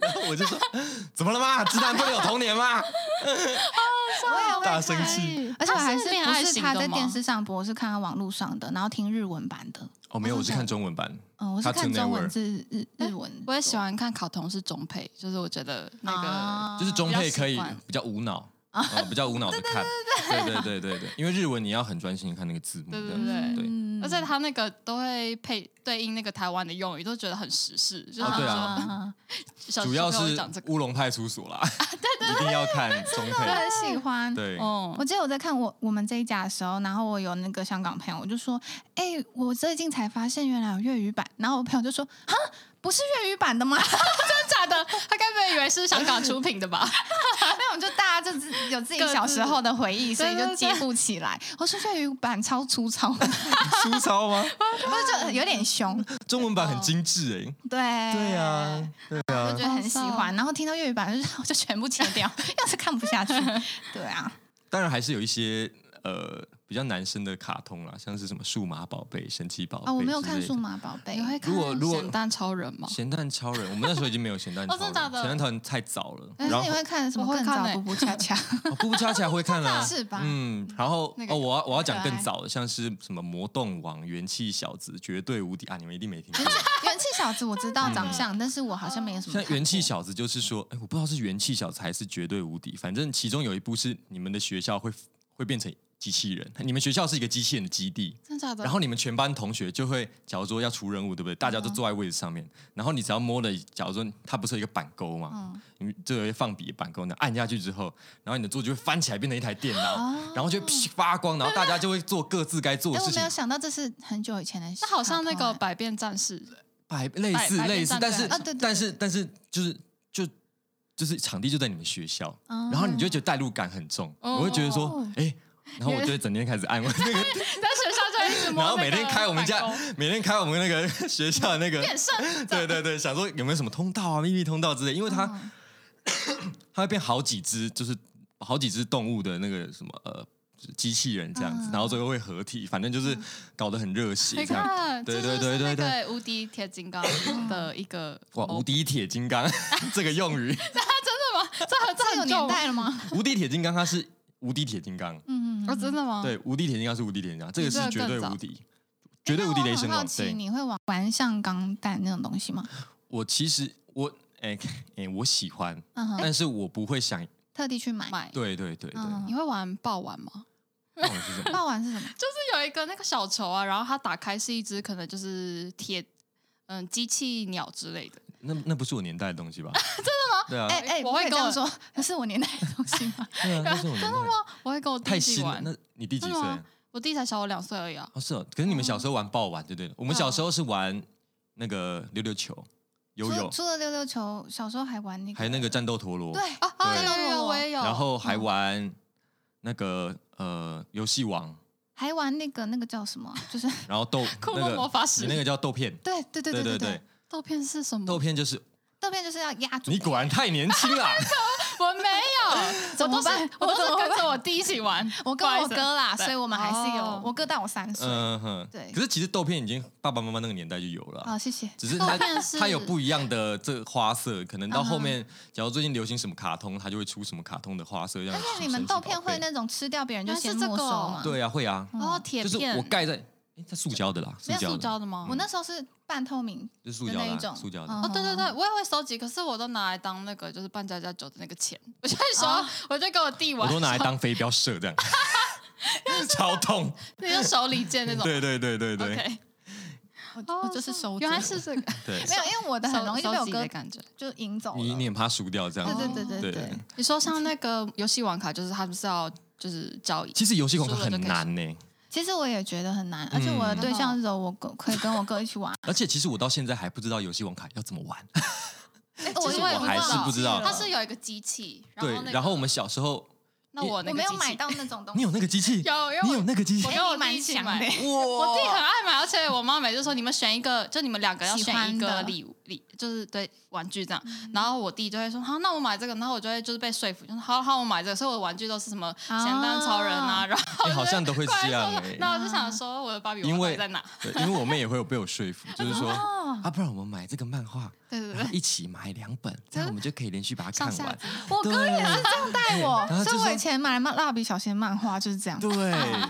Speaker 3: 然后我就说， (laughs) 怎么了嘛？直男不能有童年吗？
Speaker 1: 我也会
Speaker 3: 大生
Speaker 1: 看
Speaker 3: 气。
Speaker 1: 而且我还是
Speaker 2: 哎恋
Speaker 1: 不
Speaker 2: 爱
Speaker 1: 是
Speaker 2: 型
Speaker 1: 他
Speaker 2: 的
Speaker 1: 在
Speaker 2: 吗
Speaker 1: 电视上播，我是看他网络上的，然后听日文版的。
Speaker 3: 哦，没有，
Speaker 1: 哦
Speaker 3: 我是
Speaker 1: 真的
Speaker 3: 看中文版。
Speaker 1: 嗯，我是看
Speaker 3: Cartoon
Speaker 1: 中
Speaker 3: Network
Speaker 1: 文字日日文。
Speaker 2: 我也喜欢看卡通是中配，就是我觉得那个
Speaker 1: 啊
Speaker 3: 就是中配可以
Speaker 2: 比较习啊惯
Speaker 3: 比较无脑呃比较无脑的看，对对对对对，因为日文你要很专心地看那个字幕，
Speaker 2: 对对
Speaker 3: 这样子
Speaker 2: 对
Speaker 3: 对。
Speaker 1: 嗯
Speaker 2: 而且他那个都会配对应那个台湾的用语，都觉得很时事。就是
Speaker 3: 哦对啊
Speaker 1: 啊，
Speaker 2: 小时
Speaker 3: 主
Speaker 2: 候
Speaker 3: 要
Speaker 2: 会
Speaker 3: 是
Speaker 2: 讲这个，啊
Speaker 3: 乌龙派出所啦，一定要看中
Speaker 1: 我
Speaker 3: 配，
Speaker 1: 很喜欢。
Speaker 3: 对，
Speaker 2: 哦
Speaker 1: 我，记得我在看我我们这一家的时候，然后我有那个香港朋友，我就说：“哎、我最近才发现原来有粤语版。”然后我朋友就说：“哈，不是粤语版的吗？” (laughs)
Speaker 2: 真假的？他该不会以为是香港出品
Speaker 1: (laughs)
Speaker 2: 的吧？
Speaker 1: 那种就大家就自有自己
Speaker 2: 各自
Speaker 1: 小时候的回忆，所以
Speaker 2: 对对
Speaker 1: 就接不起来。我说粤语版超粗糙，我
Speaker 3: 粗
Speaker 2: (laughs)
Speaker 3: 糙吗？
Speaker 1: 就有点凶。
Speaker 3: 中文版很精致哎，
Speaker 2: 哦
Speaker 1: 对，
Speaker 3: 对
Speaker 2: 哎
Speaker 3: 啊，对
Speaker 1: 我
Speaker 3: 啊
Speaker 1: 就。觉得很喜欢。然后听到粤语版，就是我 (laughs) 就全部切掉，要是看不下去。对啊，
Speaker 3: 当然还是有一些呃比较男生的卡通啦，像是什么数码宝贝、神奇宝贝
Speaker 1: 啊，我没有看
Speaker 3: 之类的
Speaker 1: 数。码宝贝
Speaker 2: 你，会看
Speaker 3: 如果如果
Speaker 2: 咸蛋超人吗？
Speaker 3: 咸蛋超人，我们那时候已经没有咸蛋超
Speaker 2: 哦真
Speaker 3: 人，
Speaker 2: 的假的
Speaker 3: 咸蛋超人太早了。
Speaker 1: 但
Speaker 3: 然
Speaker 1: 是
Speaker 3: 后
Speaker 1: 你会看什么
Speaker 2: 我会
Speaker 1: 更
Speaker 2: 看
Speaker 1: 早
Speaker 2: 欸
Speaker 1: 步步恰恰？
Speaker 3: (laughs) 哦，布布恰恰会看啊，
Speaker 1: 是吧
Speaker 3: 嗯，然后
Speaker 2: 那个
Speaker 3: 哦，我要我要讲
Speaker 1: 可爱
Speaker 3: 更早的，像是什么魔动王、元气小子、绝对无敌啊，你们一定没听过。
Speaker 1: 元气小子我知道
Speaker 3: 嗯
Speaker 1: 长相，但是我好像没有什么
Speaker 3: 像
Speaker 1: 看过。
Speaker 3: 嗯元气小子就是说，哎，我不知道是元气小子还是绝对无敌，反正其中有一部是你们的学校会会变成机器人，你们学校是一个机器人的基地，
Speaker 2: 真假的？
Speaker 3: 然后你们全班同学就会，假如说要出任务，对不对？大家都坐在位置上面，然后你只要摸了，假如说它不是有一个板钩嘛，你就会放笔的板钩，你按下去之后，然后你的桌就会翻起来变成一台电脑，然后就会噼发光，然后大家就会做各自该做
Speaker 1: 哎，
Speaker 3: 的
Speaker 1: 我
Speaker 3: 事
Speaker 1: 没
Speaker 3: 情
Speaker 1: 有，想到这是很久以前的卡通
Speaker 2: 那
Speaker 1: 欸，
Speaker 2: 好像那个百变战士，
Speaker 3: 百类似
Speaker 2: 百
Speaker 3: 类似
Speaker 2: 变，战
Speaker 3: 但
Speaker 2: 队
Speaker 3: 是
Speaker 1: 啊对对
Speaker 3: 但是但是就是就就是场地就在你们学校，
Speaker 1: 哦
Speaker 3: 然后你就觉得代入感很重，
Speaker 2: 哦
Speaker 3: 我会觉得说
Speaker 1: 哦，
Speaker 3: 哎。然后我就会整天开始按我那个，
Speaker 2: 你在学校就一直摸
Speaker 3: 然
Speaker 2: 那
Speaker 3: 后
Speaker 2: 个
Speaker 3: 每天开我们家
Speaker 2: 板钩，
Speaker 3: 每天开我们那个学校的那个
Speaker 1: (laughs)
Speaker 2: 变身，
Speaker 3: 对对对，想说有没有什么通道啊、秘密通道之类，
Speaker 1: 嗯
Speaker 3: 因为它、它会变好几只，就是好几只动物的那个什么呃机器人这样子，然后最后会合体，反正
Speaker 1: 嗯
Speaker 3: 就是搞得很热血
Speaker 2: 你
Speaker 3: 这样。
Speaker 1: 啊
Speaker 2: 看，
Speaker 3: 对
Speaker 2: 这就是
Speaker 3: 对对对对
Speaker 2: 那个无敌铁金刚的一个
Speaker 3: 哇，
Speaker 1: 哦
Speaker 3: 无敌铁金刚 (laughs) 这个用语， (laughs)
Speaker 2: 这很这
Speaker 1: 这有
Speaker 2: 很
Speaker 1: 年
Speaker 2: 重啊
Speaker 1: 代了吗？ (laughs)
Speaker 3: 无敌铁金刚它是无敌铁金刚，
Speaker 1: 嗯
Speaker 2: 哦，真的吗？
Speaker 3: 对，无敌铁金刚是无敌铁金刚，这个
Speaker 2: 你这
Speaker 3: 是
Speaker 2: 个
Speaker 3: 绝
Speaker 2: 更
Speaker 3: 对
Speaker 2: 早
Speaker 3: 无敌，绝对无敌雷神
Speaker 1: 哎那我很好
Speaker 3: 王。
Speaker 1: 奇
Speaker 3: 对，
Speaker 1: 你会玩玩像钢弹那种东西吗？嗯
Speaker 3: 我其实我哎 (laughs) 哎，我喜欢，
Speaker 1: 嗯哼，
Speaker 3: 但是我不会想。
Speaker 1: 特地去买。
Speaker 2: 买，
Speaker 3: 对对对对，
Speaker 1: 嗯
Speaker 2: 你会玩爆玩吗？
Speaker 3: 那我是什么？
Speaker 1: 爆玩是什么？
Speaker 2: 就是有一个那个小球啊，然后它打开是一只可能就是铁，嗯，机器鸟之类的。
Speaker 3: 那那不是我年代的东西吧？真的吗？对啊，
Speaker 1: 哎哎，
Speaker 2: 我
Speaker 1: 不
Speaker 2: 会
Speaker 1: 可以
Speaker 2: 跟
Speaker 1: 这
Speaker 2: 我
Speaker 1: 样说，那是我年代的东西
Speaker 3: (laughs)
Speaker 1: 吗？
Speaker 3: 对啊，那是我年代的。
Speaker 2: 我会跟我
Speaker 3: 太
Speaker 2: 弟弟
Speaker 3: 新了
Speaker 2: 玩，，
Speaker 3: 那你弟几
Speaker 2: 真
Speaker 3: 岁
Speaker 2: 的？吗我弟才小我两岁而已啊。
Speaker 3: 哦，是哦。可是你们小时候玩爆玩，对不对？我们
Speaker 2: 对啊
Speaker 3: 小时候是玩那个溜溜球、游
Speaker 1: 除
Speaker 3: 泳，
Speaker 1: 除了溜溜球，小时候还玩那个，
Speaker 3: 还有那个战斗陀螺，
Speaker 1: 对哦
Speaker 2: 啊啊，
Speaker 3: 对
Speaker 2: 有有有，我也有。
Speaker 3: 然后还玩那个呃游戏王，
Speaker 1: 还玩那个那个叫什么啊？就是，
Speaker 3: 然后豆
Speaker 2: 库洛
Speaker 3: 那个
Speaker 2: 魔法使
Speaker 3: 你那个叫豆片
Speaker 1: 对对对
Speaker 3: 对
Speaker 1: 对
Speaker 3: 对
Speaker 1: 对，，
Speaker 2: 豆片是什么？
Speaker 3: 豆片就是
Speaker 1: 豆片就是要压住
Speaker 3: 你果然太年轻了，
Speaker 2: 我没 (laughs) 有，我
Speaker 1: 怎
Speaker 2: 都
Speaker 1: 么
Speaker 2: 是
Speaker 1: 办
Speaker 2: 我
Speaker 1: 我
Speaker 2: 都
Speaker 1: 怎
Speaker 2: 是
Speaker 1: 么
Speaker 2: 跟着我弟一起玩。
Speaker 1: 我跟我哥啦，
Speaker 2: 不好意思
Speaker 1: 所以我们还是有
Speaker 2: 哦
Speaker 1: 我哥大我三岁。
Speaker 3: 嗯哼，
Speaker 1: 对
Speaker 3: 可是其实豆片已经爸爸妈妈那个年代就有了啊
Speaker 1: 好，。谢谢。
Speaker 3: 只是它
Speaker 2: 豆片是
Speaker 3: 它有不一样的这花色，可能到
Speaker 1: 嗯
Speaker 3: 后
Speaker 1: 哼
Speaker 3: 面，假如最近流行什么卡通，它就会出什么卡通的花色。而
Speaker 1: 而且你们豆片会那嗯种吃掉别人
Speaker 2: 啊
Speaker 1: 就先没收吗？哦
Speaker 3: 对啊，会啊，
Speaker 2: 然后哦铁
Speaker 3: 就是
Speaker 2: 片
Speaker 3: 我盖在，诶它 (laughs) 塑胶的啦，
Speaker 2: 没有
Speaker 3: 胶
Speaker 2: 塑
Speaker 3: 的，
Speaker 2: 胶的吗
Speaker 1: 我？那时候是半透明，
Speaker 3: 就是塑胶
Speaker 1: 的
Speaker 3: 的
Speaker 1: 那一
Speaker 3: 啊，
Speaker 1: 种
Speaker 3: 塑胶的。
Speaker 1: 嗯
Speaker 2: 哦，对对对，我也会收集，可是我都拿来当那个就是扮家家酒的那个钱。 (laughs) 我就会说，我就跟我弟
Speaker 3: 我
Speaker 2: 玩，(laughs)
Speaker 3: 都拿来当飞镖射，这样超痛。
Speaker 2: 那个手里剑那种。
Speaker 3: 对对对 (laughs) 对对
Speaker 2: OK，
Speaker 1: 我我就是收集
Speaker 2: 原来哦是 (laughs) 这个，
Speaker 3: 对，
Speaker 1: 没有，因为我的很容易就被
Speaker 2: 收
Speaker 1: 我
Speaker 2: 集的
Speaker 1: 哥
Speaker 2: 感觉。哦
Speaker 1: 就赢走
Speaker 3: 你
Speaker 1: 了
Speaker 3: 你。很怕输掉这样
Speaker 1: 对
Speaker 3: 子。
Speaker 1: 对对对
Speaker 3: 对
Speaker 1: 对，
Speaker 2: 你说像那个游戏网卡，就是他们是要就是交易，
Speaker 3: 其实游戏广告
Speaker 2: 输了就
Speaker 3: 很
Speaker 2: 可以
Speaker 3: 难呢，
Speaker 1: 其实我也觉得很难，而
Speaker 3: 嗯
Speaker 1: 且
Speaker 2: 嗯
Speaker 1: 我的对象是我哥可以跟我哥一起
Speaker 2: (laughs)
Speaker 1: 玩，
Speaker 3: 而且其实我到现在还不知道游戏网卡要怎么玩。
Speaker 1: 哎
Speaker 2: 其实
Speaker 1: 因为
Speaker 2: 我还是不
Speaker 3: 知道
Speaker 1: 忘记
Speaker 2: 它
Speaker 1: 了
Speaker 2: 是有一个机器，
Speaker 3: 对
Speaker 2: 后那，个
Speaker 3: 然后我们小时候，
Speaker 2: 那我那
Speaker 1: 我
Speaker 2: 个
Speaker 1: 没有
Speaker 2: 机器
Speaker 1: 买，到那种东
Speaker 3: 你
Speaker 1: 西，
Speaker 3: 有那个机器，
Speaker 2: 有因为
Speaker 3: 你
Speaker 2: 我
Speaker 3: 有那个机器
Speaker 2: 我，
Speaker 1: 哎
Speaker 2: 跟我
Speaker 1: 你蛮
Speaker 2: 弟一起
Speaker 1: 强
Speaker 2: 买
Speaker 1: 的。
Speaker 2: 我
Speaker 3: 我
Speaker 2: 弟很爱买，而且我妈每次说你们选一个，就你们两个要
Speaker 1: 喜
Speaker 2: 选一
Speaker 1: 欢
Speaker 2: 个
Speaker 1: 的
Speaker 2: 礼物礼，就是对玩具这样。
Speaker 3: 嗯
Speaker 2: 然后我弟就会说好，那我买这个，然后我就会就是被说服，就是好好我买这个，所以我的玩具都是什么
Speaker 1: 啊
Speaker 2: 咸蛋超人啊，然后
Speaker 3: 哎 (laughs) 好像都会这样
Speaker 2: 怪兽
Speaker 3: 哎
Speaker 2: 那我就想说我的芭比娃
Speaker 3: 因
Speaker 2: 娃
Speaker 3: 为
Speaker 2: 到底在哪？
Speaker 3: (laughs) 对，因为我妹也会有被我说服，就是说
Speaker 1: (laughs) 哦
Speaker 3: 啊，不然我们买这个漫画，
Speaker 2: 对对
Speaker 3: 然
Speaker 2: 对
Speaker 3: 后。一起买两本，这样我们就可以连续把它
Speaker 2: 上
Speaker 3: 看
Speaker 2: 下
Speaker 3: 完。
Speaker 2: 集
Speaker 1: 我哥也是这样带我所
Speaker 3: 对，
Speaker 1: 以
Speaker 3: 然后就
Speaker 1: 我
Speaker 3: 是
Speaker 1: 以前买了漫蜡笔小新的漫画就是这样。
Speaker 3: 对，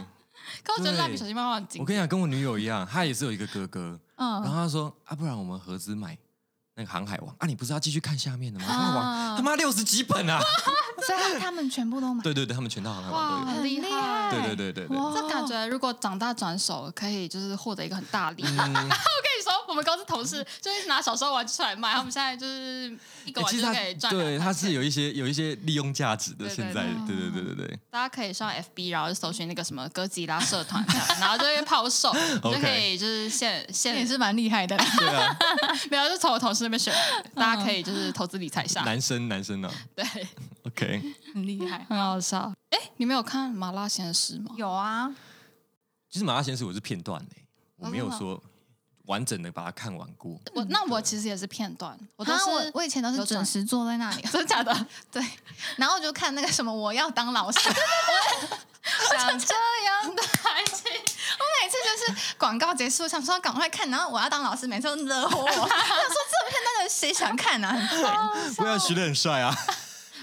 Speaker 2: (laughs) 可我觉得
Speaker 3: 对
Speaker 2: 蜡笔小新漫画很经
Speaker 3: 我跟你讲，跟我女友一样，她也是有一个哥哥，然后
Speaker 1: 嗯，
Speaker 3: 她说啊，不然我们合资买那个《航海王》啊，你不是要继续看下面的吗？
Speaker 1: 啊
Speaker 3: 那王他妈六十几
Speaker 2: (laughs)
Speaker 3: 本啊！
Speaker 1: 所以他们全部都买，
Speaker 3: 对对对，他们全套《航海王》都
Speaker 2: 哇
Speaker 3: 有。
Speaker 1: 很厉
Speaker 2: 很厉害
Speaker 3: 对对对对对，
Speaker 1: 哇
Speaker 2: 这感觉如果长大转手，可以就是获得一个很大的利益。(laughs)
Speaker 3: 嗯
Speaker 2: 我跟你说，我们公司同事就一直拿小时候玩具出来卖，他们现在就是一个
Speaker 3: 哎
Speaker 2: 玩
Speaker 3: 其
Speaker 2: 具
Speaker 3: 实
Speaker 2: 就
Speaker 3: 它
Speaker 2: 可以赚啊两
Speaker 3: 对
Speaker 2: 块
Speaker 3: 它是
Speaker 2: 钱
Speaker 3: 有一些有一些利用价值的。
Speaker 2: 对对
Speaker 3: 现在
Speaker 1: 对
Speaker 3: 对对对对
Speaker 2: (laughs)
Speaker 3: 对，
Speaker 2: 大家可以上 FB，然后就搜寻那个什么哥吉拉社团
Speaker 3: (laughs)
Speaker 2: 这样，然后就会抛售，你就可以就是现现
Speaker 1: 也是蛮厉害的啦。
Speaker 3: 对啊，
Speaker 2: 没有，就从我同事那边选来的，大家可以就是投资理财上，
Speaker 3: 男生男生呢啊
Speaker 2: 对，
Speaker 3: ？OK，
Speaker 1: 很厉害。
Speaker 2: 很好笑。哎，你们有看《麻辣鲜师》吗？
Speaker 1: (laughs) 有啊，
Speaker 3: 其实《麻辣鲜师》我是片段的，我没有
Speaker 2: 哦真的
Speaker 3: 说完整的把它看完过。
Speaker 2: 我那我其实也是片段，嗯我都
Speaker 1: 啊
Speaker 2: 是
Speaker 1: 我我以前都是
Speaker 2: 有转
Speaker 1: 准时坐在那里，
Speaker 2: (laughs) 真的假的？
Speaker 1: (laughs) 对，然后我就看那个什么我要当老
Speaker 2: (laughs)
Speaker 1: 师，
Speaker 2: 想这样的爱情，
Speaker 1: 每次就是广告结束，想说赶快看，然后我要当老师，每次都惹火我。他 (laughs) 说这片那个谁想看啊？很烦
Speaker 3: 不
Speaker 2: 哦
Speaker 3: 要学的很帅啊！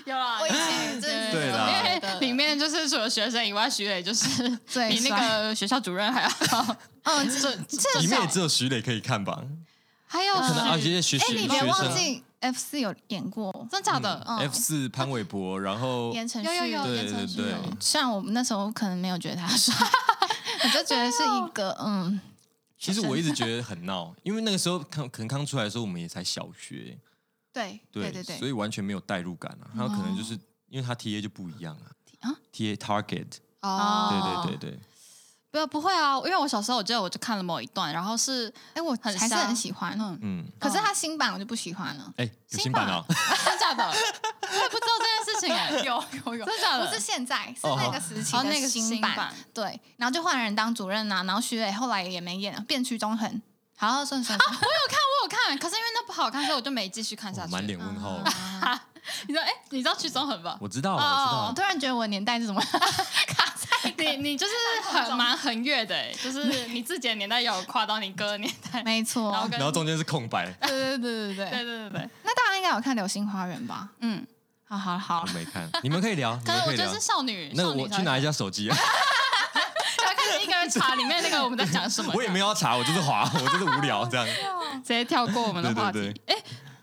Speaker 2: 有啊啦，
Speaker 1: 我以前真的
Speaker 3: 对啦
Speaker 2: 因为里面就是除了学生以外，徐磊就是
Speaker 1: 最
Speaker 2: (laughs) 比那个学校主任还要，
Speaker 1: 嗯，这
Speaker 2: 这这
Speaker 3: 里面也只有徐磊可以看吧？
Speaker 2: (laughs) 嗯还有
Speaker 3: 可能啊，
Speaker 2: 徐
Speaker 3: 这些学
Speaker 1: 哎，
Speaker 3: 学
Speaker 1: 你
Speaker 3: 学
Speaker 1: 别忘
Speaker 3: 生
Speaker 1: 记 F 四有演过
Speaker 2: 真假的？
Speaker 1: 嗯
Speaker 3: F 四潘玮柏，然后
Speaker 1: 言承
Speaker 2: 有有
Speaker 1: 旭，
Speaker 2: 有，
Speaker 3: 对
Speaker 2: 言承
Speaker 3: 对
Speaker 2: 旭
Speaker 3: 对
Speaker 2: 有
Speaker 1: 虽然我们那时候可能没有觉得他 (laughs) 帅，我就觉得是一个嗯，
Speaker 3: 其实我一直觉得很闹，因为那个时候康可能刚出来的时候，我们也才小学，
Speaker 1: 对
Speaker 3: 对
Speaker 1: 对对
Speaker 3: 所
Speaker 1: 对，
Speaker 3: 以完全没有代入感啊。还有可能就是因为他 TA 就不一样啊
Speaker 2: 哦啊
Speaker 3: ，TA target，
Speaker 1: 哦
Speaker 3: 嗯对对对对，
Speaker 2: 嗯不要不会啊，因为我小时候我记得我就看了某一段，然后是
Speaker 1: 哎，我
Speaker 2: 很
Speaker 1: 还是
Speaker 2: 像
Speaker 1: 很喜欢，嗯，
Speaker 3: 嗯，
Speaker 1: 可是他新版我就不喜欢了。 (laughs)
Speaker 3: 哎，有新版啊，
Speaker 2: 真假的，我也不知道这件事情哎，有有有，真假的，
Speaker 1: 不是现在，是
Speaker 3: 哦
Speaker 1: 那个时期
Speaker 2: 哦那
Speaker 1: 的
Speaker 2: 个新
Speaker 1: 新
Speaker 2: 版
Speaker 1: 版，对，然后就换人当主任啊，然后徐磊后来也没演，变屈中恒。好，算了算了 (laughs) 算了，
Speaker 2: 我有看，可是因为那不好看，所以我就没继续看下
Speaker 3: 我
Speaker 2: 去。
Speaker 3: (laughs)
Speaker 2: 嗯
Speaker 3: 哦满脸问号，
Speaker 2: 你知道哎，你知道屈中恒吧？
Speaker 3: 我知道
Speaker 2: 哦
Speaker 3: 啊，
Speaker 1: 我
Speaker 3: 我知
Speaker 1: 突
Speaker 3: 道啊，
Speaker 1: 然觉得我年代是怎么卡在
Speaker 2: 你你就是很 (laughs) 蛮横越的、欸， (laughs) 就是你自己的年代也有跨到你哥的年代，
Speaker 1: 没
Speaker 2: 然后
Speaker 1: 错，
Speaker 2: 跟
Speaker 3: 然后中间是空白，
Speaker 1: 对对对对对
Speaker 2: 对对对对，
Speaker 1: 那大家应该有看《流星花园》吧？
Speaker 2: 嗯，
Speaker 1: 好好好
Speaker 3: 我，没看， (laughs) 你们可以聊，你
Speaker 2: 可
Speaker 3: 们
Speaker 2: 是
Speaker 3: 可
Speaker 2: 我
Speaker 3: 以
Speaker 2: 就
Speaker 3: 聊
Speaker 2: 是。少女，
Speaker 3: 那
Speaker 2: 少女
Speaker 3: 我
Speaker 2: 才
Speaker 3: 去拿
Speaker 2: 会
Speaker 3: 一下手机啊， (laughs)
Speaker 2: 才开始一个人查里面那个我们在讲什么，
Speaker 3: 我也没有要查，我就
Speaker 2: (laughs)
Speaker 3: 是滑，我就是无聊这样。
Speaker 2: 直接跳过我们的
Speaker 3: 对
Speaker 2: 话
Speaker 3: 对
Speaker 2: 题。哎、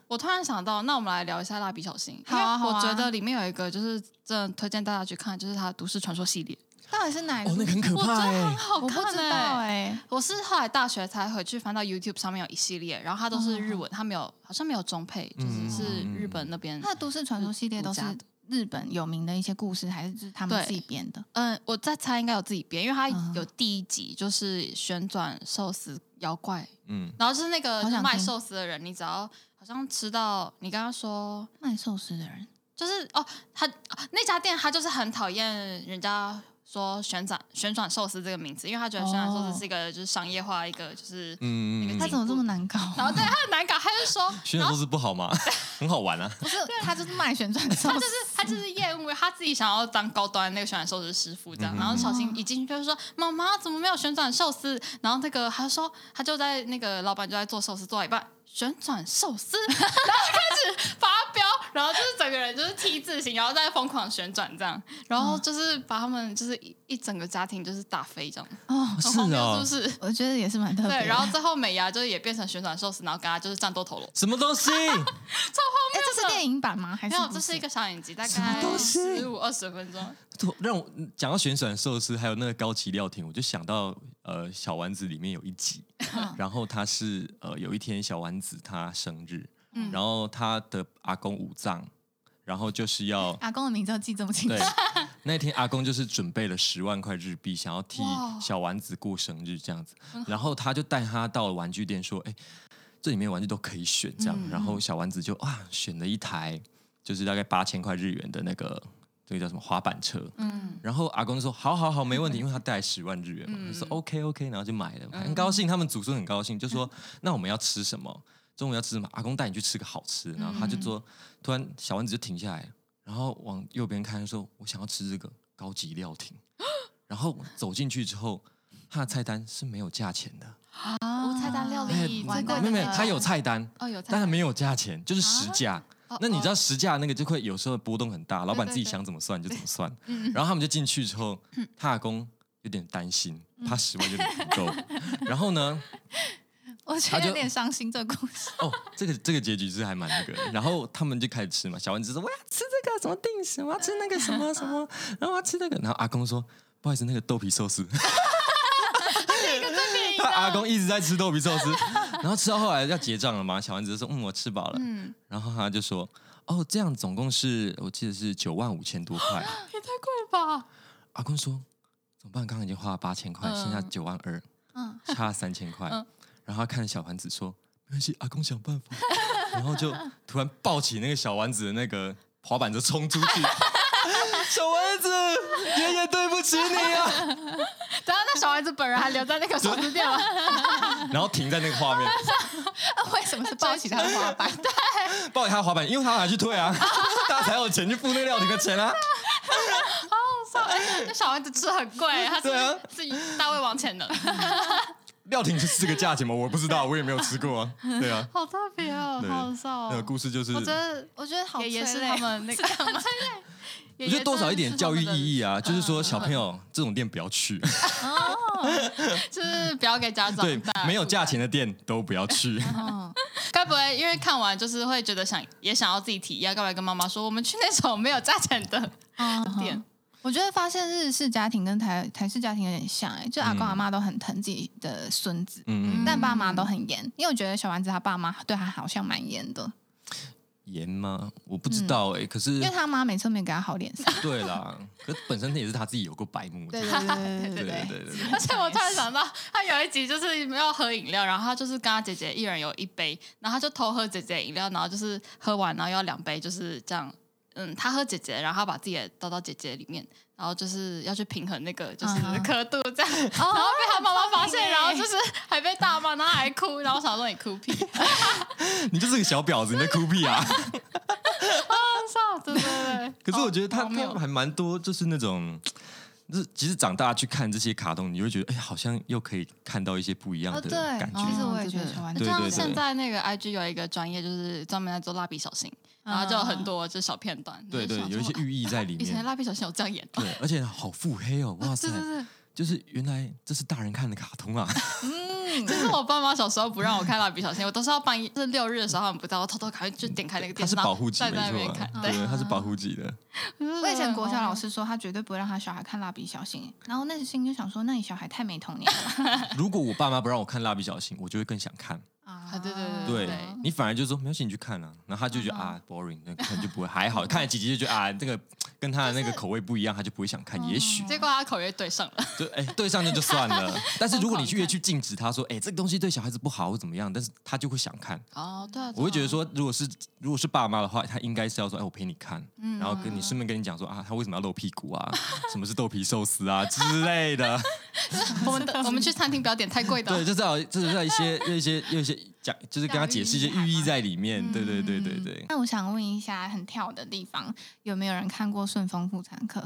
Speaker 2: 我突然想到，那我们来聊一下《蜡笔小新》因为
Speaker 1: 好啊好啊
Speaker 2: 我觉得里面有一个就是真的推荐大家去看，就是它的都市传说系列，
Speaker 1: 到底是哪一个？
Speaker 3: 哦，那个很可
Speaker 2: 哎我觉得
Speaker 3: 怕哎
Speaker 2: (laughs) 很。好
Speaker 1: 我不
Speaker 2: 看、欸、
Speaker 1: 知道哎，
Speaker 2: 我是后来大学才回去翻到 YouTube 上面有一系列，然后它都是日文，它没有好像没有中配，就是
Speaker 3: 嗯
Speaker 2: 是日本那边。
Speaker 1: 它的都市传说系列都是
Speaker 2: 独家的
Speaker 1: 日本有名的一些故事，还是就是他们
Speaker 2: 对
Speaker 1: 自己编的？
Speaker 2: 嗯，我在猜应该有自己编，因为它
Speaker 1: 嗯
Speaker 2: 有第一集就是旋转寿司妖怪，
Speaker 3: 嗯，
Speaker 2: 然后就是那个
Speaker 1: 好想
Speaker 2: 卖
Speaker 1: 听
Speaker 2: 寿司的人，你只要好像吃到你刚刚说
Speaker 1: 卖寿司的人
Speaker 2: 就是哦，他哦那家店他就是很讨厌人家说旋转旋转寿司这个名字，因为他觉得旋转寿
Speaker 1: 哦
Speaker 2: 司是一个就是商业化一个就是，
Speaker 3: 嗯嗯
Speaker 1: 他
Speaker 3: 嗯，
Speaker 1: 怎么这么难搞？
Speaker 2: 然后对他很难搞，他就说
Speaker 3: 旋转寿司不好吗？ (laughs) 很
Speaker 2: (laughs)
Speaker 3: 好玩啊。
Speaker 1: 不是他就是卖旋转寿
Speaker 2: 他就
Speaker 1: 司
Speaker 2: 是，他就是厌恶他自己想要当高端那个旋转寿司师傅这样，
Speaker 3: 嗯
Speaker 2: 然后小新一进去就说妈妈怎么没有旋转寿司，然后那个他说他就在那个老板就在做寿司做到一半。旋转寿司，然后开始发飙，然后就是整个人就是 T 字形，然后再疯狂旋转这样，然后就是把他们就是一一整个家庭就是打飞这样，
Speaker 1: 哦，
Speaker 2: 很
Speaker 3: 是
Speaker 2: 荒谬
Speaker 3: 哦
Speaker 2: 是不是？
Speaker 1: 我觉得也是蛮特别的。
Speaker 2: 对，然后最后美伢就是也变成旋转寿司，然后跟他就是战斗陀螺，
Speaker 3: 什么东西？ (laughs)
Speaker 1: 哎，这是电影版吗？还是
Speaker 2: 没有，
Speaker 1: 不
Speaker 2: 这是一个小影集，大
Speaker 3: 什么
Speaker 2: 概
Speaker 3: 东西
Speaker 2: 十五二十分钟。
Speaker 3: 让我讲到旋转寿司，还有那个高级料亭，我就想到呃，小丸子里面有一集，
Speaker 2: 嗯
Speaker 3: 然后他是呃有一天小丸子他生日，
Speaker 2: 嗯
Speaker 3: 然后他的阿公五藏，然后就是要
Speaker 1: 阿公的名字要记这么清楚
Speaker 3: 对？那天阿公就是准备了十万块日币，想要替
Speaker 2: 哇
Speaker 3: 小丸子过生日这样子，然后他就带他到了玩具店说：“哎、这里面玩具都可以选这样。
Speaker 2: 嗯
Speaker 3: 然后小丸子就啊选了一台，就是大概八千块日元的那个。这个叫什么滑板车？
Speaker 2: 嗯，
Speaker 3: 然后阿公就说：“好好好，没问题，因为他带来十万日元嘛。他
Speaker 1: 嗯
Speaker 3: 说：“OK OK。”然后就买了，很高兴。他们祖孙很高兴，就
Speaker 1: 嗯
Speaker 3: 说：“ (laughs) 那我们要吃什么？中午要吃什么？阿公带你去吃个好吃。”然后他
Speaker 1: 嗯
Speaker 3: 就说：“突然小丸子就停下来，然后往右边看，说：‘我想要吃这个高级料
Speaker 1: (laughs)
Speaker 3: 亭。’然后走进去之后，他的菜单是没有价钱的，
Speaker 1: 啊
Speaker 2: 无菜单料理
Speaker 3: 哎，
Speaker 1: 贵
Speaker 2: 最
Speaker 1: 的
Speaker 3: 没有没有，他有菜单，
Speaker 2: 哦，有菜
Speaker 3: 但
Speaker 2: 单
Speaker 3: 是没有价钱，就是实价。
Speaker 2: 哦
Speaker 3: 那你知道
Speaker 2: 哦
Speaker 3: 实价那个就会有时候波动很大，老板自己想怎么算就怎么算。
Speaker 2: 嗯
Speaker 3: 然后他们就进去之后，他阿公有点担心，
Speaker 2: 嗯
Speaker 3: 他十万有点不
Speaker 2: (laughs)
Speaker 3: 够。然后呢，
Speaker 1: 我觉
Speaker 3: 他
Speaker 1: 得
Speaker 3: 就
Speaker 1: 有点伤心这个故
Speaker 2: (laughs)
Speaker 1: 事。
Speaker 3: 哦，这个这个结局是还蛮那个的。然后他们就开始吃嘛，小丸子说我要吃这个什么定时，我要吃那个什么什么，然后我要吃那个。然后阿公说不好意思，那个豆皮寿司。 (laughs)
Speaker 2: 便宜
Speaker 3: 他阿
Speaker 2: 的，
Speaker 3: 公一直在吃豆皮寿司，然后吃到后来要结账了嘛，小丸子就说嗯我吃饱了，
Speaker 2: 嗯，
Speaker 3: 然后他就说：“哦，这样总共是我记得是九万五千多块。
Speaker 2: 啊也太贵吧？
Speaker 3: 阿公说：“怎么办？刚刚已经花了八千块，
Speaker 2: 嗯
Speaker 3: 剩下九万二，
Speaker 1: 嗯
Speaker 3: 差了三千块。
Speaker 2: 嗯
Speaker 3: 然后他看着小丸子说：“没关系，阿公想办
Speaker 2: (laughs)
Speaker 3: 法。”然后就突然抱起那个小丸子的那个滑板就冲出
Speaker 2: (laughs)
Speaker 3: 去。小丸子，爷爷对不起你
Speaker 2: (laughs)
Speaker 3: 啊！
Speaker 2: 然后那小孩子本人还留在那个寿司店吗？
Speaker 3: 然后停在那个画面，
Speaker 1: 那为什么是抱起他的花 (laughs) 瓣？
Speaker 3: 抱起他的滑板，因为他拿去退
Speaker 2: (laughs)
Speaker 3: 啊，他才有钱去付那个料亭的钱啊。
Speaker 2: 那小孩子吃很贵，他
Speaker 3: 对啊
Speaker 2: 是自己大胃王潜能，
Speaker 3: 料亭是这个价钱吗？我不
Speaker 2: (laughs)
Speaker 3: 知道，我也没有吃过啊。对啊，
Speaker 2: 好特别哦，
Speaker 3: 对
Speaker 2: 好好笑
Speaker 3: 那个
Speaker 2: 哦。
Speaker 3: 故事就是，
Speaker 2: 我觉得
Speaker 1: 我觉得好
Speaker 2: 爷爷
Speaker 1: 催
Speaker 2: 是
Speaker 1: 泪
Speaker 2: 他们那个，
Speaker 1: (laughs)
Speaker 3: 我
Speaker 2: 我
Speaker 3: 觉得多少一点教育意
Speaker 2: 义，
Speaker 3: 义啊，就是说小朋友这种店不要去，
Speaker 1: 哦。
Speaker 2: 就是不要给家呃长
Speaker 3: 对
Speaker 2: 带，
Speaker 3: 没有价钱的店都不要
Speaker 2: (laughs)
Speaker 3: 去。
Speaker 1: 哦
Speaker 2: 该不会因为看完就是会觉得想也想要自己体验，该不会跟妈妈说我们去那种没有价钱的
Speaker 1: 嗯
Speaker 2: 店？
Speaker 1: 我觉得发现日式家庭跟台台式家庭有点像、欸，就阿公
Speaker 3: 嗯
Speaker 1: 阿妈都很疼自己的孙子，
Speaker 3: 嗯，
Speaker 1: 但爸妈都很严。因为我觉得小丸子他爸妈对他好像蛮严的，
Speaker 3: 盐吗？我不知道
Speaker 2: 嗯
Speaker 3: 哎，可是
Speaker 1: 因为他妈每次都没给他好
Speaker 2: (laughs)
Speaker 1: 脸色。
Speaker 3: (laughs) 对啦，可是本身也是他自己有过白目的。
Speaker 1: 对对对
Speaker 3: 对
Speaker 1: 对对
Speaker 3: 对对对，
Speaker 2: 而且我突然想到，他有一集就是没有喝饮料，然后他就是跟他姐姐一人有一杯，然后他就偷喝姐姐的饮料，然后就是喝完然后要两杯，就是这样。嗯，他喝姐姐，然后他把自己的倒到姐姐里面，然后就是要去平衡那个就是
Speaker 1: 嗯
Speaker 2: 刻度这样，然后被他妈妈发现，
Speaker 1: 很聪明欸
Speaker 2: 然后就是还被大骂，然后还哭，然后我想说你哭屁，啊
Speaker 3: 你就是个小婊子，你在哭屁
Speaker 2: (laughs)
Speaker 3: 啊！
Speaker 2: 上对对对。 (laughs)
Speaker 3: 可是我觉得他
Speaker 2: 好荒谬
Speaker 3: 他还蛮多，就是那种就是即使长大去看这些卡通，你会觉得哎，好像又可以看到一些不一样
Speaker 1: 哦，
Speaker 3: 的
Speaker 1: 对，
Speaker 3: 感觉。
Speaker 1: 其实
Speaker 2: 哦
Speaker 1: 我也
Speaker 2: 对
Speaker 1: 觉得
Speaker 2: 对
Speaker 1: 喜欢
Speaker 2: 就
Speaker 3: 对
Speaker 2: 像
Speaker 3: 对
Speaker 2: 现在那个 IG 有一个专业，就是专门在做蜡笔小新，然后就有很多这小片段。
Speaker 3: 对对，有一些
Speaker 2: 喻。
Speaker 3: 寓意在里
Speaker 2: 啊以前
Speaker 3: 面。
Speaker 2: 蜡笔小新有这样演吗，
Speaker 3: 对，而且好腹黑
Speaker 2: (laughs)
Speaker 3: 哦， (laughs) 哇塞
Speaker 2: 对！对对。
Speaker 3: 就是原来这是大人看的卡通啊，
Speaker 2: 其实我爸妈小时候不让我看蜡笔小新，我都是要半夜就是六日的时候，他们不在，我偷偷看就点开那个
Speaker 3: 它
Speaker 2: 电
Speaker 3: 是
Speaker 2: 视，
Speaker 3: 保护级
Speaker 2: 然
Speaker 3: 没
Speaker 2: 后在那边
Speaker 3: 错
Speaker 2: 看。
Speaker 3: 啊，
Speaker 2: 对， (laughs)
Speaker 3: 对，它是保护级的。
Speaker 1: 嗯我以前国小老师
Speaker 2: 哦
Speaker 1: 说，他绝对不会让他小孩看蜡笔小新，欸然后那心就想说，那你小孩太没童年
Speaker 2: (laughs)
Speaker 1: 了吧。
Speaker 3: 如果我爸妈不让我看蜡笔小新，我就会更想看。
Speaker 1: 啊
Speaker 2: 对对对
Speaker 3: 对
Speaker 2: 对
Speaker 3: 你反而就说没关系，你去看啊，然后他就觉得啊 boring，那可能就不会还好，看了几集就觉得啊这个跟他的那个口味不一样，他就不会想看。也许
Speaker 2: 结果他口味对上了，
Speaker 3: 对哎对上就就算了，但是如果你去
Speaker 2: 疯狂看
Speaker 3: 越去禁止他说哎这个东西对小孩子不好或怎么样，但是他就会想看。
Speaker 2: 哦，对啊，对啊
Speaker 3: 我会觉得说，如果是如果是爸妈的话，他应该是要说哎我陪你看，然后跟你顺便跟你讲说啊他为什么要露屁股啊， (laughs) 什么是豆皮寿司啊之类的。
Speaker 2: 我们的我们去餐厅不要点太贵的
Speaker 3: 对，
Speaker 2: 哦，
Speaker 3: 就是要就是要一些有一些有一些讲，就是跟他解释一些寓意在里面。对对对对对。
Speaker 1: 那我想问一下，很跳的地方，有没有人看过《顺丰妇产科》？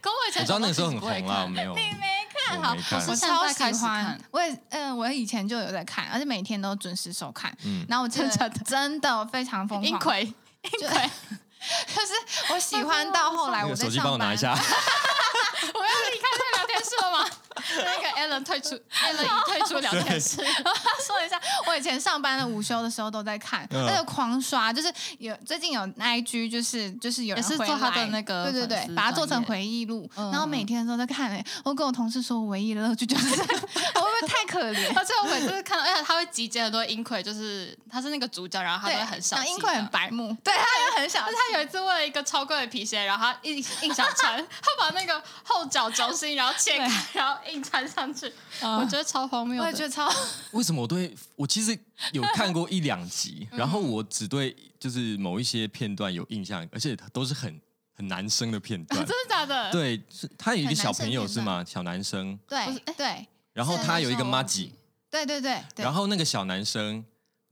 Speaker 2: 可我以前
Speaker 3: (laughs) 我知道那个时候
Speaker 2: 小
Speaker 3: 很
Speaker 2: 时候其实
Speaker 3: 红
Speaker 2: 不会
Speaker 3: 啦，我
Speaker 2: 看
Speaker 3: 没有，你没看我没看
Speaker 2: 我
Speaker 1: 我
Speaker 2: 是现在
Speaker 1: 超
Speaker 2: 开始
Speaker 1: 喜欢
Speaker 2: 看，
Speaker 1: 我也嗯、我以前就有在看，而且每天都准时收看。
Speaker 3: 嗯
Speaker 1: 然后我记得
Speaker 2: 真的假的
Speaker 1: 真的非常疯
Speaker 2: 英
Speaker 1: 狂，
Speaker 2: 奎，英奎，
Speaker 1: 就是我喜 (laughs) 欢到后来
Speaker 3: 那
Speaker 1: 我
Speaker 3: 个
Speaker 1: 在
Speaker 3: 手机
Speaker 1: 上
Speaker 3: 帮我
Speaker 1: 班，
Speaker 3: 拿一下，
Speaker 2: 我要离开这个聊天室了吗？
Speaker 1: (laughs)
Speaker 2: 那个 Alan 退出，Alan
Speaker 3: (laughs)
Speaker 2: 已退出聊天室， (laughs)
Speaker 1: 说一下，我以前上班的午休的时候都在看，
Speaker 3: 嗯
Speaker 1: 而且狂刷，就是有最近有 IG，就是就是有人
Speaker 2: 也是
Speaker 1: 回
Speaker 2: 做他的
Speaker 1: 来
Speaker 2: 那个
Speaker 1: 对对
Speaker 2: 粉
Speaker 1: 对
Speaker 2: 丝，
Speaker 1: 把它做
Speaker 2: 专
Speaker 1: 成
Speaker 2: 业
Speaker 1: 回忆录，
Speaker 2: 嗯
Speaker 1: 然后每天都在看、欸。我跟我同事说，我唯一的乐趣就是 (laughs) 这个，我会不会太可怜？
Speaker 2: 而且我每次看到，而且他会集结很多英奎，就是他是那个主角，然后他
Speaker 1: 对，
Speaker 2: 都会很小
Speaker 1: 然
Speaker 2: 气
Speaker 1: 后
Speaker 2: 这
Speaker 1: 英奎
Speaker 2: 样，
Speaker 1: 很白目，对，他也很小气
Speaker 2: 但是。他有一次为了一个超贵的皮鞋，然后他硬硬想
Speaker 1: (laughs)
Speaker 2: 穿，他把那个后脚中心然后切开，然后硬穿上去，我觉得超荒谬
Speaker 1: 嗯我
Speaker 2: 的。
Speaker 1: 也觉得超， (laughs)
Speaker 3: 为什么我对我其实有看过一两集，然后我只对就是某一些片段有印象，而且都是很很男生的片段
Speaker 2: 真。的假的？
Speaker 3: 对，是他有一个
Speaker 1: 很男
Speaker 3: 小
Speaker 1: 生
Speaker 3: 朋友
Speaker 1: 片
Speaker 3: 是吗？小男生，
Speaker 2: 不
Speaker 1: 对
Speaker 2: 是
Speaker 1: 对
Speaker 3: 然后
Speaker 2: 是
Speaker 3: 他有一
Speaker 2: 男
Speaker 3: 个
Speaker 2: 生我
Speaker 3: 妈
Speaker 2: 忘
Speaker 3: 吉
Speaker 2: 记，
Speaker 1: 对对对对，
Speaker 3: 然后那个小男生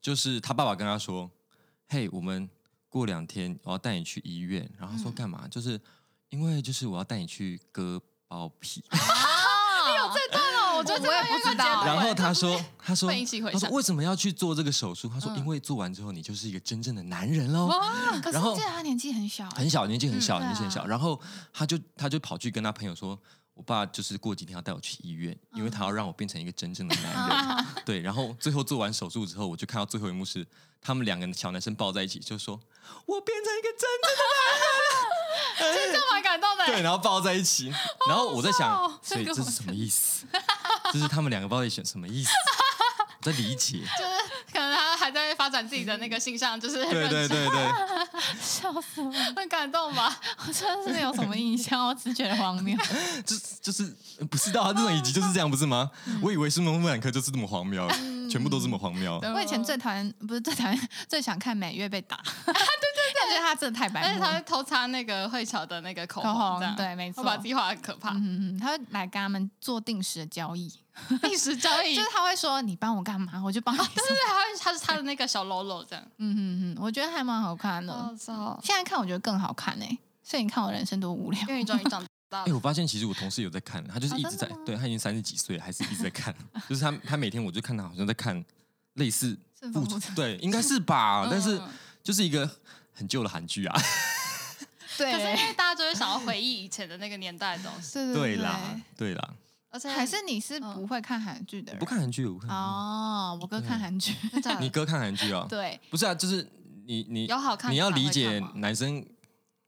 Speaker 3: 就是他爸爸跟他说：“嘿，我们过两天我要带你去医院。”然后他说干嘛？就是因为就是我要带你去割包皮。 (laughs)
Speaker 1: 哎
Speaker 2: 有这段哦，我觉得这
Speaker 1: 我也
Speaker 2: 段
Speaker 1: 不知道
Speaker 2: 应该
Speaker 1: 对
Speaker 3: 然后他说：“他说
Speaker 2: 会引起回
Speaker 3: 他说
Speaker 2: 响嗯
Speaker 3: 为什么要去做这个手术？他说因为做完之后你就是一个真正的男人喽。
Speaker 1: 哦可是
Speaker 3: 然后哎
Speaker 1: 我记得他年纪很小，
Speaker 3: 很小，年纪很
Speaker 2: 嗯
Speaker 3: 小，
Speaker 1: 对啊
Speaker 3: 年纪很小。然后他就他就跑去跟他朋友说。”我爸就是过几天要带我去医院，因为他要让我变成一个真正的
Speaker 2: (laughs)
Speaker 3: 男人。对，然后最后做完手术之后，我就看到最后一幕是他们两个小男生抱在一起，就说：“我变成一个真正的
Speaker 2: 这段蛮感 (laughs) 动的。啊
Speaker 3: 对，然后抱在一起。然后我在想，
Speaker 2: 好笑
Speaker 3: 所
Speaker 2: 哦这
Speaker 3: 以这
Speaker 2: 个
Speaker 3: 是什么意思？这是他们两个抱在一起什么意思？我在理解。
Speaker 2: 可能他还在发展自己的那个性向， (laughs) 就是很
Speaker 3: 对
Speaker 2: (laughs)
Speaker 3: 对对对，
Speaker 1: 笑死我！
Speaker 2: 很感动吧？
Speaker 1: 我真的是没有什么印象，我只是觉得荒谬。
Speaker 3: 就就是不知道他这种以及就是这样，不是吗？我以为《是梦妇产科》就是这么荒谬， (laughs) 全部都这么荒谬。
Speaker 2: 嗯
Speaker 1: 我以前最讨厌，不是最讨厌，最想看美月被打。 (laughs) 对对哎对，我觉得他真的太白
Speaker 2: 而且
Speaker 1: 目
Speaker 2: 他
Speaker 1: 了
Speaker 2: 会。偷擦那个慧乔的那个口
Speaker 1: 口红
Speaker 2: 这样
Speaker 1: 对没错
Speaker 2: 我把自己画得很可怕。
Speaker 1: 嗯嗯，嗯，他会来跟他们做定时的交易，
Speaker 2: 历史交易，
Speaker 1: 就
Speaker 2: 就是是
Speaker 1: 他会说你帮我干嘛，我就帮你。
Speaker 2: 他会他是他的那个小喽啰这样。
Speaker 1: (laughs) 嗯嗯嗯，我觉得还蛮好看
Speaker 2: 哦
Speaker 1: 的。 (laughs)
Speaker 2: 操！
Speaker 1: 现在看我觉得更好看呢，所以你看我人生多无聊。
Speaker 2: 因为终于长大
Speaker 3: 哎，
Speaker 2: 了，
Speaker 3: 我发现其实我同事有在看，他就是一
Speaker 2: 哦
Speaker 3: 直在，对他已经三十几岁了，还是一直
Speaker 2: (laughs)
Speaker 3: 在看。就是他他每天我就看他好像在看类似
Speaker 1: 顺
Speaker 3: 复
Speaker 1: 丰妇产
Speaker 3: 对，应该是吧？但是
Speaker 2: (laughs) 嗯
Speaker 3: 就是一个很旧的韩剧啊。
Speaker 1: 对
Speaker 2: 可是因为大家就会想要回忆以前的那个年代的东西，
Speaker 1: 对
Speaker 3: 对啦，，对啦，
Speaker 2: 而且
Speaker 1: 对还是你是不会看韩剧的
Speaker 3: 我
Speaker 1: 人？
Speaker 3: 不看韩剧，我不看韩剧。
Speaker 1: 哦，我哥
Speaker 3: 嗯
Speaker 1: 看韩剧。
Speaker 3: 你哥看韩剧啊？
Speaker 1: 对，
Speaker 3: 不是啊，就是你你
Speaker 2: 有好看
Speaker 3: 你要
Speaker 2: 才会
Speaker 3: 理解
Speaker 2: 看吗
Speaker 3: 男生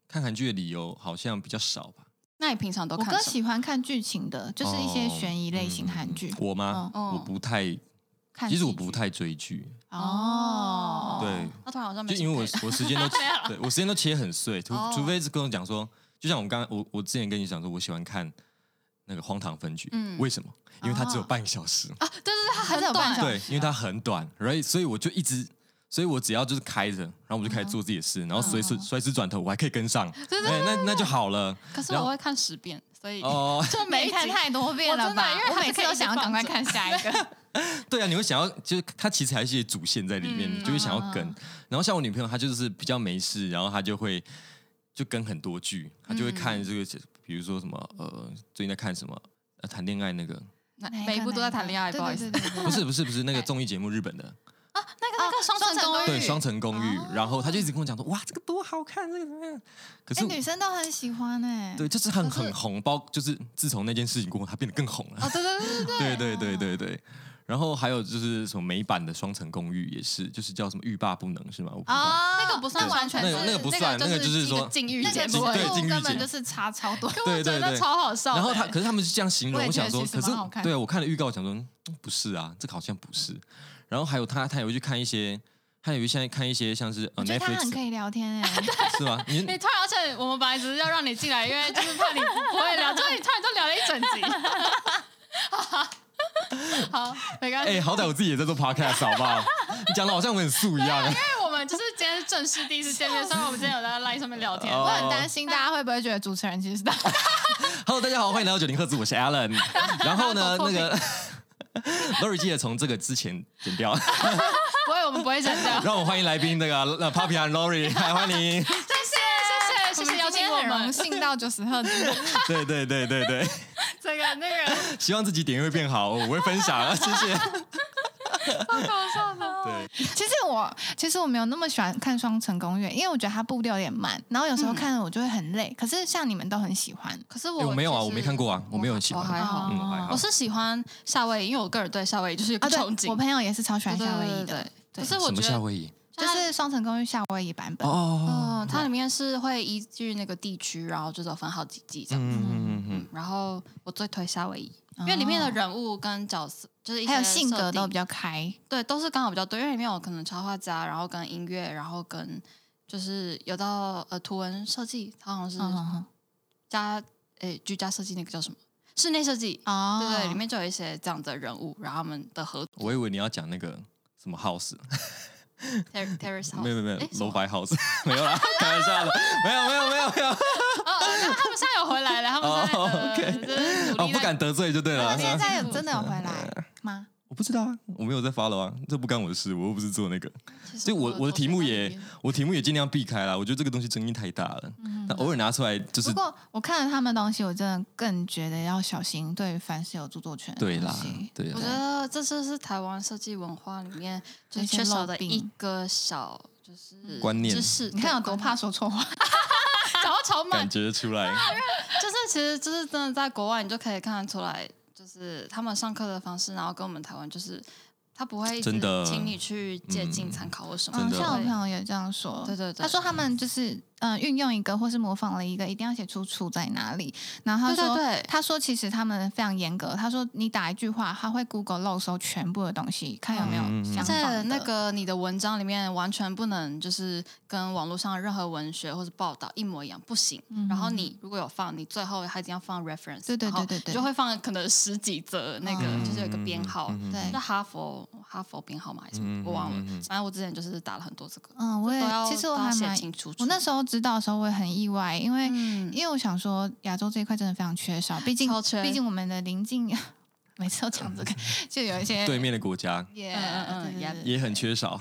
Speaker 3: 看韩剧的理由好像比较少吧？
Speaker 2: 那你平常都
Speaker 1: 我
Speaker 2: 看
Speaker 1: 哥
Speaker 2: 什么？
Speaker 1: 喜欢看剧情的，就是一些
Speaker 3: 哦
Speaker 1: 悬疑类型
Speaker 3: 嗯
Speaker 1: 韩剧。
Speaker 3: 我吗？
Speaker 2: 嗯
Speaker 3: 我不太，
Speaker 1: 看
Speaker 3: 其实
Speaker 1: 喜
Speaker 3: 我不
Speaker 1: 剧
Speaker 3: 太追剧，
Speaker 1: 哦，
Speaker 3: 对，
Speaker 2: 他突然好像没
Speaker 3: 就
Speaker 2: 什么
Speaker 3: 因为我
Speaker 2: 可以
Speaker 3: 我时间都
Speaker 2: (laughs) 没有
Speaker 3: 对我时间都切很碎，除
Speaker 2: 哦
Speaker 3: 除非是跟我讲说，就像我们刚刚我我之前跟你讲说，我喜欢看那个《荒唐分局》，
Speaker 2: 嗯
Speaker 3: 为什么？因为它只有
Speaker 1: 哦
Speaker 3: 半个小时，
Speaker 2: 啊，对对对，他
Speaker 1: 还是有
Speaker 2: 很
Speaker 1: 半小
Speaker 2: 短，
Speaker 1: 时
Speaker 3: 对，因为它很短，所以所以我就一直。所以我只要就是开着，然后我就
Speaker 2: 嗯
Speaker 3: 开始做自己的事，然后随时随时转头，我还可以跟上，
Speaker 2: 对对
Speaker 3: 哎，那那就好了。
Speaker 2: 可是
Speaker 3: 然
Speaker 2: 我
Speaker 3: 后
Speaker 2: 会看十遍，所以
Speaker 3: 哦，
Speaker 2: (laughs) 就每
Speaker 1: 没
Speaker 2: 一
Speaker 1: 看
Speaker 2: 集
Speaker 1: 太多遍了吧？
Speaker 2: 我真的因为
Speaker 1: 我
Speaker 2: 还
Speaker 1: 每
Speaker 2: 是
Speaker 1: 次
Speaker 2: 可以
Speaker 1: 都想要赶快看 (laughs) 下一个。
Speaker 3: 对啊，你会想要，就是它其实还有一些主线在里面，
Speaker 2: 嗯
Speaker 3: 你就会想要跟
Speaker 1: 嗯。
Speaker 3: 然后像我
Speaker 1: 嗯
Speaker 3: 女朋友，她就是比较没事，然后她就会就跟很多剧，她就会看这个，比比如说什么呃，最近在看什么呃谈恋爱那个， (laughs)
Speaker 2: 那
Speaker 1: 哪一个
Speaker 2: 每一部都在谈恋爱，不好意思。
Speaker 3: 不是不是不是那个综艺节目日本的，
Speaker 1: 哎
Speaker 2: 那个那个双
Speaker 1: 哦双
Speaker 2: 层
Speaker 1: 层
Speaker 2: 公
Speaker 1: 公
Speaker 2: 寓，
Speaker 3: 对《双层公寓》
Speaker 1: 哦
Speaker 3: 然后他就一直跟我讲说哇这个多好看，这个怎么样？可是
Speaker 1: 哎，
Speaker 3: 我
Speaker 1: 女生都很喜欢哎。
Speaker 3: 对，就是很
Speaker 1: 可是
Speaker 3: 很红，包就是自从那件事情过后，他变得更红了。 (laughs)
Speaker 1: 哦，对对对对啊
Speaker 3: 对对对对对。然后还有就是什么美版的《双层公寓》也是，就是叫什么欲罢不能是吗？我不知道。
Speaker 1: 啊，
Speaker 2: 那个不算
Speaker 1: 那
Speaker 2: 完全是，
Speaker 3: 那个那个不算
Speaker 2: 那
Speaker 3: 那个就是
Speaker 2: 一个
Speaker 3: 说
Speaker 2: 禁欲
Speaker 1: 那
Speaker 2: 节
Speaker 1: 个
Speaker 3: 禁
Speaker 2: 目
Speaker 3: 对
Speaker 2: 而已，
Speaker 1: 程
Speaker 3: 禁
Speaker 1: 度
Speaker 3: 欲
Speaker 1: 根本
Speaker 3: 节
Speaker 1: 就是差
Speaker 3: (laughs)
Speaker 1: 超多。
Speaker 3: 对
Speaker 2: 真
Speaker 3: 对
Speaker 2: 的
Speaker 3: 对。
Speaker 2: 超好笑的。
Speaker 3: 然后他，可是他们是这样形
Speaker 1: 我
Speaker 3: 容，
Speaker 1: 也
Speaker 3: 我
Speaker 1: 觉
Speaker 3: 想
Speaker 1: 得
Speaker 3: 说，
Speaker 1: 其实
Speaker 3: 可是
Speaker 1: 蛮好看
Speaker 3: 对啊我看了预告，我想说、嗯不是啊，这个好像不是。然后还有他，他也会去看一些，他也会现在看一些像是
Speaker 1: 我
Speaker 3: 呃
Speaker 1: 觉得他很
Speaker 3: Netflix
Speaker 1: 可以聊天 (laughs) 哎，
Speaker 3: 是吗？你
Speaker 2: 你突然，而且我们本来只是要让你进来，因为就是怕你不会聊，结果你突然就聊了一整集。好，没关系。
Speaker 3: 哎、好歹我自己也在做 podcast 好不好？你讲的好像我很素一样。
Speaker 2: 因为我们就是今天是正式第一次见面，虽然我们今天有在 LINE 上面聊天，
Speaker 3: 哦
Speaker 1: 我很担心大家会不会觉得主持人其 (laughs) 实是他。
Speaker 3: Hello，大家好，欢迎来到九零赫兹，我是
Speaker 1: (laughs)
Speaker 3: Alan。然后呢，
Speaker 2: 口
Speaker 3: 那
Speaker 2: 臭
Speaker 3: 个 (laughs) Lori 记得从这个之前剪掉。 (laughs)
Speaker 2: 不会，我们不会剪 (laughs) 掉。
Speaker 3: 让我们欢迎来宾那个呃 Papi 和
Speaker 1: (laughs)
Speaker 3: Lori，嗨，欢迎。
Speaker 2: (laughs) 谢谢，谢谢，谢谢邀请我
Speaker 1: 很荣
Speaker 2: 们。
Speaker 1: 幸到九十赫兹，
Speaker 3: 对对对对对，
Speaker 2: 这个啊那个
Speaker 3: 希望自己点阅变好，我会分
Speaker 2: (laughs)
Speaker 3: 享，啊谢谢。
Speaker 2: 搞笑的，
Speaker 3: 对，
Speaker 1: 其实我其实我没有那么喜欢看《双城公寓》，因为我觉得它步调有点慢，然后有时
Speaker 3: 嗯
Speaker 1: 候看了我就会很累。可是像你们都很喜欢，
Speaker 2: 可是
Speaker 3: 哎
Speaker 2: 我
Speaker 3: 我没有啊，
Speaker 2: 其实
Speaker 3: 我没看，过啊，我没有很喜
Speaker 2: 我还
Speaker 3: 欢。
Speaker 2: 好。
Speaker 3: 嗯还好
Speaker 2: 我是喜欢夏威夷，因为我个人对夏威夷就是有个
Speaker 1: 哦啊，对
Speaker 2: 憧，憬。
Speaker 1: 我朋友也是超喜欢夏威夷的，
Speaker 2: 啊对，
Speaker 1: 对
Speaker 2: 可是我
Speaker 3: 什
Speaker 2: 觉
Speaker 3: 么夏
Speaker 2: 得，
Speaker 3: 威夷？
Speaker 1: 就
Speaker 2: 它
Speaker 1: 是《双城公寓》夏威夷版本。
Speaker 3: 哦
Speaker 2: 嗯，，它里面是会依据那个地区，然后就是有分好几季这样。
Speaker 3: 嗯嗯嗯嗯，
Speaker 2: 然后我最推夏威夷，因为里面的人物跟角色就是一
Speaker 1: 哦
Speaker 2: 些
Speaker 1: 还有性格
Speaker 2: 设定
Speaker 1: 都比较开，
Speaker 2: 对，都是刚好比较对，因为里面有可能插画家，然后跟音乐，然后跟就是有到呃图文设计，他好像
Speaker 1: 嗯
Speaker 2: 是
Speaker 1: 嗯嗯
Speaker 2: 家诶、居家设计那个叫什么室内设计，
Speaker 1: 哦，
Speaker 2: 对对，里面就有一些这样的人物，然后他们的合
Speaker 3: 我以为你要讲那个什么 house，
Speaker 2: ter-
Speaker 3: (laughs)
Speaker 2: terrace house，
Speaker 3: 没有没有没有
Speaker 2: 诶什么
Speaker 3: ，low by house，没 (laughs) 有啦，开玩笑的，没有没有没
Speaker 2: (laughs)
Speaker 3: 有没有，
Speaker 2: 哦，哦那他们现在有回来了，
Speaker 3: (laughs)
Speaker 2: 他们现在
Speaker 3: 哦
Speaker 2: 呃
Speaker 3: ，OK
Speaker 2: 就是努
Speaker 3: 哦
Speaker 2: 力，
Speaker 3: 不
Speaker 2: 在
Speaker 3: 敢得罪就对
Speaker 1: 他
Speaker 3: 了
Speaker 1: 们。现在有真的有回来
Speaker 3: 嗯
Speaker 1: 吗？
Speaker 3: 我不知道啊，我没有在 follow 啊，这不干我的事，我又不是做那个。所以我我的题目也我题目也尽量避开啦，我觉得这个东西争议太大了。
Speaker 2: 嗯
Speaker 3: 那偶尔拿出来就是
Speaker 1: 不过我看了他们的东西，我真的更觉得要小心对凡是有著作权的
Speaker 3: 对
Speaker 1: 东
Speaker 3: 啦
Speaker 1: 西。，
Speaker 3: 对
Speaker 2: 我觉
Speaker 3: 啦，
Speaker 2: 得这就是台湾设计文化里面就
Speaker 1: 一
Speaker 2: 是
Speaker 1: 些
Speaker 2: 缺少
Speaker 1: 陋
Speaker 2: 的
Speaker 1: 病
Speaker 2: 一个小就是
Speaker 3: 观念
Speaker 2: 知识。
Speaker 1: 你看有
Speaker 2: 对
Speaker 1: 多怕，说错话，
Speaker 2: 观念讲到超慢
Speaker 3: 感，觉出来。
Speaker 2: (laughs) 就是其实就是真的在国外，你就可以看得出来，就是他们上课的方式，然后跟我们台湾就是他不会一直
Speaker 3: 真的
Speaker 2: 请你去借鉴
Speaker 3: 嗯
Speaker 2: 参考或什么
Speaker 1: 嗯，
Speaker 3: 真的
Speaker 1: 像我朋友也这样说，
Speaker 2: 对对对
Speaker 1: 他说他们就是嗯、呃运用一个或是模仿了一个，一定要写出处在哪里。然后他
Speaker 2: 对
Speaker 1: 说，
Speaker 2: 对对
Speaker 1: 他说其实他们非常严格，他说你打一句话，他会 Google 漏搜全部的东西，看有没有
Speaker 3: 嗯嗯嗯
Speaker 1: 相仿
Speaker 2: 在
Speaker 1: 的。
Speaker 2: 那个你的文章里面完全不能就是跟网络上任何文学或者报道一模一样，不行。然后你如果有放，你最后还一定要放 reference，
Speaker 1: 对对
Speaker 2: 然后
Speaker 1: 对对对
Speaker 2: 你就会放可能十几则那个、
Speaker 1: 嗯
Speaker 2: 就是有一个编号，
Speaker 3: 嗯嗯嗯
Speaker 1: 对
Speaker 2: 那哈佛哈佛编号嘛还是什么，
Speaker 3: 嗯嗯
Speaker 2: 我忘了
Speaker 3: 嗯嗯嗯。
Speaker 2: 反正我之前就是打了很多这个，
Speaker 1: 嗯，我也
Speaker 2: 都要
Speaker 1: 其实我
Speaker 2: 都要
Speaker 1: 还
Speaker 2: 写
Speaker 1: 蛮，
Speaker 2: 清楚。
Speaker 1: 我那时
Speaker 2: 候
Speaker 1: 候知道的时候我也很意外，因为、
Speaker 2: 嗯
Speaker 1: 因为我想说亚洲这一块真的非常缺少，毕竟
Speaker 2: 超缺
Speaker 1: 毕竟我们的邻近 (laughs) 每次都讲这个，就有一些
Speaker 3: 嗯对面的国家
Speaker 1: 也
Speaker 2: 嗯嗯嗯
Speaker 1: 对对
Speaker 3: 也很缺少，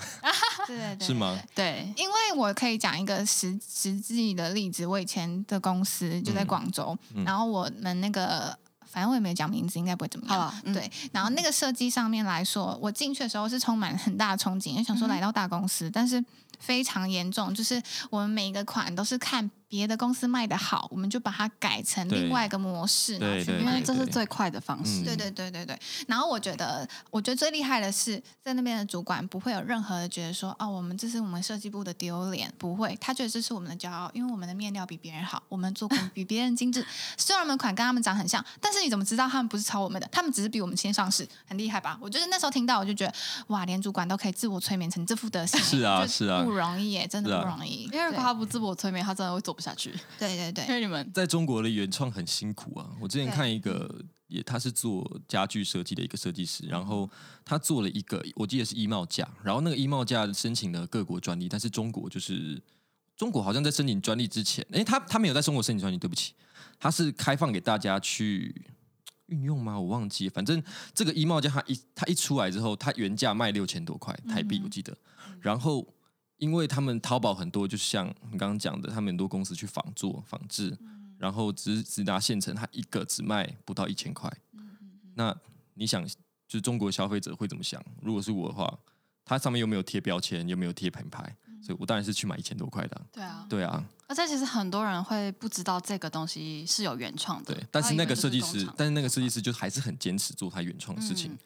Speaker 1: 对对对
Speaker 3: 是吗？
Speaker 2: 对，
Speaker 1: 因为我可以讲一个实实际的例子，我以前的公司就在广州，
Speaker 3: 嗯
Speaker 1: 然后我们那个。反正我也没有讲名字，应该不会怎么样。
Speaker 2: 好啊嗯
Speaker 1: 对，然后那个设计上面来说，我进去的时候是充满很大的憧憬，因为想说
Speaker 2: 嗯哼
Speaker 1: 来到大公司，但是非常严重，就是我们每一个款都是看别的公司卖的好，我们就把它改成
Speaker 3: 对
Speaker 1: 另外一个模式，然后
Speaker 3: 对
Speaker 1: 去
Speaker 3: 对
Speaker 2: 因
Speaker 1: 卖
Speaker 2: 为这是最快的方式。
Speaker 3: 嗯
Speaker 1: 对对对对对。然后我觉得，我觉得最厉害的是，在那边的主管不会有任何的觉得说，哦，我们这是我们设计部的丢脸，不会，他觉得这是我们的骄傲，因为我们的面料比别人好，我们做工比别人
Speaker 3: (laughs)
Speaker 1: 精致。虽然我们款跟他们长很像，但是你怎么知道他们不是抄我们的？他们只是比我们先上市，很厉害吧？我就是那时候听到，我就觉得，哇，连主管都可以自我催眠成这副德行，
Speaker 3: 是啊
Speaker 1: 就是
Speaker 3: 啊
Speaker 1: 不容易耶，真的
Speaker 3: 是
Speaker 1: 不
Speaker 3: 啊
Speaker 1: 容易。
Speaker 2: 因为如果他不自我催眠，他真的会做不下去。
Speaker 1: 对对对
Speaker 2: 因
Speaker 1: 对，
Speaker 2: 为你们
Speaker 3: 在中国的原创很辛苦啊。我之前
Speaker 1: 对
Speaker 3: 看一个，也他是做家具设计的一个设计师，然后他做了一个，我记得是衣帽架，然后那个衣帽架申请了各国专利，但是中国就是中国好像在申请专利之前，诶，他他没有在中国申请专利，对不起，他是开放给大家去。运用吗？我忘记了，反正这个衣帽架它一它一出来之后，它原价卖六千多块台币，我记得。然后因为他们淘宝很多，就是像你刚刚讲的，他们很多公司去仿做、仿制，然后直直达现成，它一个只卖不到一千块。那你想，就是中国消费者会怎么想？如果是我的话，它上面又没有贴标签，又没有贴品牌，所以我当然是去买一千多块的啊、
Speaker 2: 对
Speaker 1: 嗯
Speaker 2: 啊，
Speaker 3: 对啊，
Speaker 2: 而且其实很多人会不知道这个东西是有原创的
Speaker 3: 对，，但
Speaker 2: 他
Speaker 3: 是
Speaker 2: 以
Speaker 3: 那
Speaker 2: 为
Speaker 3: 个
Speaker 2: 就
Speaker 3: 设计
Speaker 2: 工
Speaker 3: 师
Speaker 2: 厂，
Speaker 3: 但是那个设计师就还是很坚持做他原创的事情。
Speaker 2: 嗯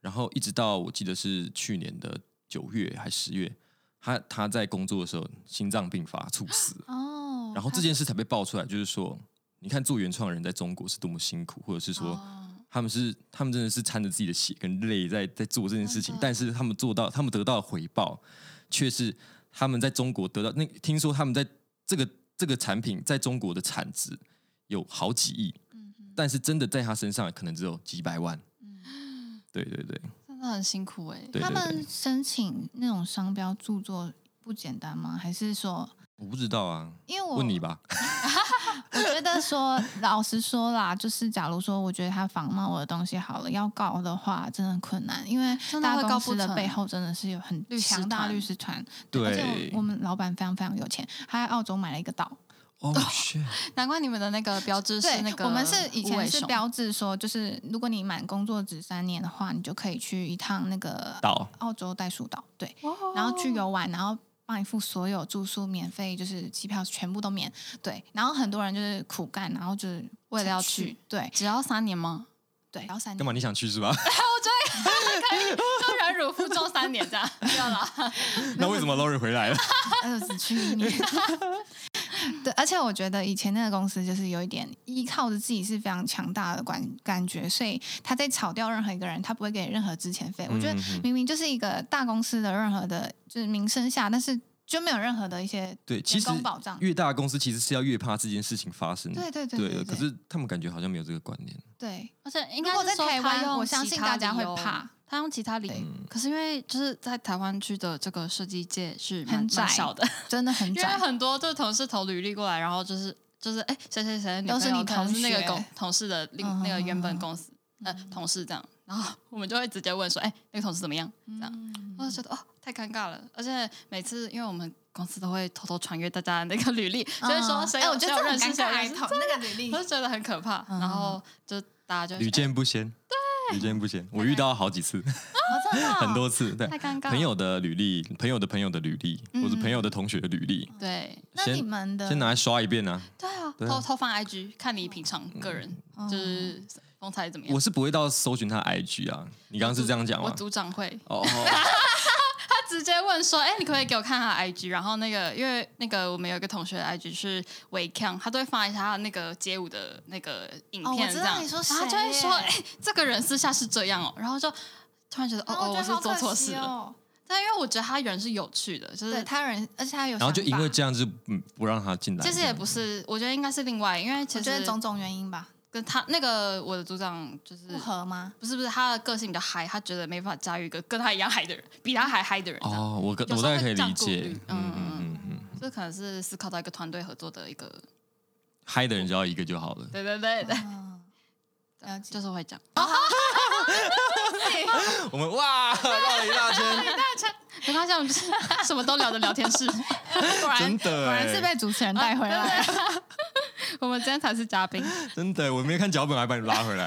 Speaker 3: 然后一直到我记得是去年的九月还十月，他他在工作的时候心脏病发猝死了，
Speaker 2: 哦，
Speaker 3: 然后这
Speaker 2: 他
Speaker 3: 件事才被爆出来，就是说，你看做原创的人在中国是多么辛苦，或者是说。
Speaker 2: 哦
Speaker 3: 他们是，他们真的是掺着自己的血跟泪在在做这件事情
Speaker 2: 真的，
Speaker 3: 但是他们做到，他们得到的回报却是他们在中国得到那听说他们在这个这个产品在中国的产值有好几亿，
Speaker 2: 嗯
Speaker 3: 但是真的在他身上可能只有几百万。
Speaker 2: 嗯
Speaker 3: 对对对，
Speaker 2: 真的很辛苦哎，
Speaker 3: 对
Speaker 1: 他
Speaker 3: 对对
Speaker 1: 们申请那种商标著作不简单吗？还是说，
Speaker 3: 我不知道啊，
Speaker 1: 因为我
Speaker 3: 问
Speaker 2: (laughs)
Speaker 3: 你吧。
Speaker 1: 我觉得说，老实说啦，就是假如说我觉得他仿冒我的东西好了，要告的话真的很困难，因为
Speaker 2: 真的
Speaker 1: 大
Speaker 2: 会告
Speaker 1: 公
Speaker 2: 不
Speaker 1: 司的
Speaker 2: 成啊
Speaker 1: 背后真的是有很
Speaker 2: 律师
Speaker 1: 强大
Speaker 2: 团
Speaker 1: 律师团，而且
Speaker 3: 对
Speaker 1: 我我们老板非常非常有钱，他在澳洲买了一个岛，
Speaker 3: 哦，shit
Speaker 2: 难怪你们的那个标志是
Speaker 1: 对，
Speaker 2: 那个
Speaker 1: 我们是以
Speaker 2: 无尾
Speaker 1: 前是
Speaker 2: 熊
Speaker 1: 标志说，就是如果你满工作职三年的话，你就可以去一趟那个
Speaker 3: 岛
Speaker 1: 澳洲袋鼠岛，对，
Speaker 2: 哦
Speaker 1: 然后去游玩，然后帮你付所有住宿免费，就是机票全部都免，对，然后很多人就是苦干，然后就是
Speaker 2: 为了要
Speaker 1: 才去
Speaker 2: 去，
Speaker 1: 对
Speaker 2: 只要三
Speaker 1: (laughs)
Speaker 2: 年吗？
Speaker 1: 对，然后三
Speaker 3: 干嘛？
Speaker 1: 年，
Speaker 3: 你想去是吧？ (laughs)
Speaker 2: 就忍辱负重三年这样，不要啦。
Speaker 3: 那为什么 Lori 回来了？
Speaker 1: 呃，只去一年。对，而且我觉得以前那个公司就是有一点依靠着自己是非常强大的感感觉，所以他在炒掉任何一个人，他不会给任何之前费。我觉得
Speaker 3: 嗯嗯嗯
Speaker 1: 明明就是一个大公司的任何的，就是名声下，但是就没有任何的一些
Speaker 3: 对，其
Speaker 1: 员
Speaker 3: 实
Speaker 1: 工保障。
Speaker 3: 越大的公司其实是要越怕这件事情发生。
Speaker 1: 对对对
Speaker 3: 对
Speaker 1: 对，
Speaker 3: 呃可是他们感觉好像没有这个观念。
Speaker 1: 对
Speaker 2: (laughs) 而且应
Speaker 1: 如
Speaker 2: 该
Speaker 1: 果
Speaker 2: 是
Speaker 1: 在
Speaker 2: 说
Speaker 1: 台
Speaker 2: 他
Speaker 1: 湾
Speaker 2: 用
Speaker 1: 我相
Speaker 2: 其
Speaker 1: 信
Speaker 2: 他
Speaker 1: 大家
Speaker 2: 理
Speaker 1: 会
Speaker 2: 由
Speaker 1: 怕。
Speaker 2: 他用其他理由
Speaker 1: 对，
Speaker 3: 嗯
Speaker 2: 可是因为就是在台湾区的这个设计界是蛮
Speaker 1: 很
Speaker 2: 蛮
Speaker 1: 窄
Speaker 2: 小的，
Speaker 1: 真的很
Speaker 2: 因为
Speaker 1: 窄。
Speaker 2: 很多就是同事投履历过来，然后就是就是哎谁谁谁的女
Speaker 1: 都
Speaker 2: 朋
Speaker 1: 是
Speaker 2: 友
Speaker 1: 你
Speaker 2: 可能
Speaker 1: 同
Speaker 2: 是那个
Speaker 1: 学
Speaker 2: 公同事的另那个原本
Speaker 1: 嗯
Speaker 2: 公司呃同事这样，然后我们就会直接问说哎那个同事怎么样
Speaker 1: 嗯
Speaker 2: 这样，我就觉得哦太尴尬了，而且每次因为我们公司都会偷偷传阅大家的那个履历，所以说
Speaker 1: 嗯
Speaker 2: 谁
Speaker 1: 哎
Speaker 2: 有
Speaker 1: 我觉
Speaker 2: 谁
Speaker 1: 得
Speaker 2: 有
Speaker 1: 这
Speaker 2: 认
Speaker 1: 很尴
Speaker 2: 识谁有
Speaker 1: 尬，
Speaker 2: 认
Speaker 1: 还
Speaker 2: 识
Speaker 1: 投那个履历
Speaker 2: 我。就觉得很可怕，
Speaker 1: 嗯
Speaker 2: 然后就大家就
Speaker 3: 屡
Speaker 2: 会觉得
Speaker 3: 见不鲜，屡见不鲜。我遇到好几次，
Speaker 2: 真的哦
Speaker 3: (laughs) 很多次，对
Speaker 2: 太，尴尬了，
Speaker 3: 朋友的履历，朋友的朋友的履历，或者朋友的同学的履历，
Speaker 2: 对
Speaker 1: 那你
Speaker 3: 先
Speaker 1: 们的
Speaker 3: 先
Speaker 2: 哦
Speaker 3: 拿来刷一遍啊。
Speaker 2: 对啊，
Speaker 3: 对啊
Speaker 2: 偷偷放 IG 看你平常个人
Speaker 1: 嗯
Speaker 2: 就是风采怎么样
Speaker 3: 我。是不会到搜寻他的 IG 啊，你刚刚是这样讲
Speaker 2: 我
Speaker 3: 吗？
Speaker 2: 组长会，
Speaker 3: 哦，哦
Speaker 2: 他直接问说：“哎、你可不可以给我看他的 IG？” 然后那个，因为那个我们有一个同学的 IG 是维康，他都会放一下他那个街舞的那个影
Speaker 1: 哦我
Speaker 2: 片，
Speaker 1: 知
Speaker 2: 这
Speaker 1: 道
Speaker 2: 样，
Speaker 1: 你说
Speaker 2: 然后
Speaker 1: 谁
Speaker 2: 他就会说：“
Speaker 1: 耶
Speaker 2: 哎、这个人私下是这样哦。”然后就突然觉得：“哦
Speaker 1: 啊
Speaker 2: 哦，
Speaker 1: 觉
Speaker 2: 我
Speaker 1: 得
Speaker 2: 是
Speaker 1: 好
Speaker 2: 做
Speaker 1: 可
Speaker 2: 错
Speaker 1: 惜
Speaker 2: 事了。
Speaker 1: 哦。
Speaker 2: 但因为我觉得他人是有趣的，就是
Speaker 1: 对他人，而且他有想法，
Speaker 3: 然后就因为这样就嗯不让他进来。
Speaker 2: 其实也不是，我觉得应该是另外，因为其
Speaker 1: 我觉
Speaker 2: 实
Speaker 1: 得种种原因吧，
Speaker 2: 跟他那个我的组长就是
Speaker 1: 不合
Speaker 2: (laughs)
Speaker 1: 吗？
Speaker 2: 不是不是他的个性比较嗨，他觉得没办法驾驭一个跟他一样嗨的人，比他还嗨的人这样。
Speaker 3: 哦，我跟
Speaker 2: 有
Speaker 3: 我
Speaker 2: 时候
Speaker 3: 大概
Speaker 2: 会
Speaker 3: 可以
Speaker 2: 这样
Speaker 3: 理
Speaker 2: 顾
Speaker 3: 解
Speaker 2: 虑，
Speaker 3: 嗯
Speaker 2: 嗯
Speaker 3: 嗯嗯嗯，
Speaker 2: 这可能是思考到一个团队合作的一个，
Speaker 3: 嗨的人只要一个就好了。
Speaker 2: 对对对对，
Speaker 1: 嗯，了解
Speaker 2: 就是会这样。
Speaker 3: 我们哇绕了一大圈，
Speaker 2: 没关系，我们就是什么都聊的聊天室，
Speaker 1: 果然
Speaker 3: 真的
Speaker 1: 果然是
Speaker 3: 哎，
Speaker 1: 被主持人带
Speaker 2: 啊
Speaker 1: 回来。
Speaker 2: 我们今天才是嘉宾。其
Speaker 3: (laughs) 真的，我没看脚本还把你拉回
Speaker 2: (laughs)
Speaker 3: 来，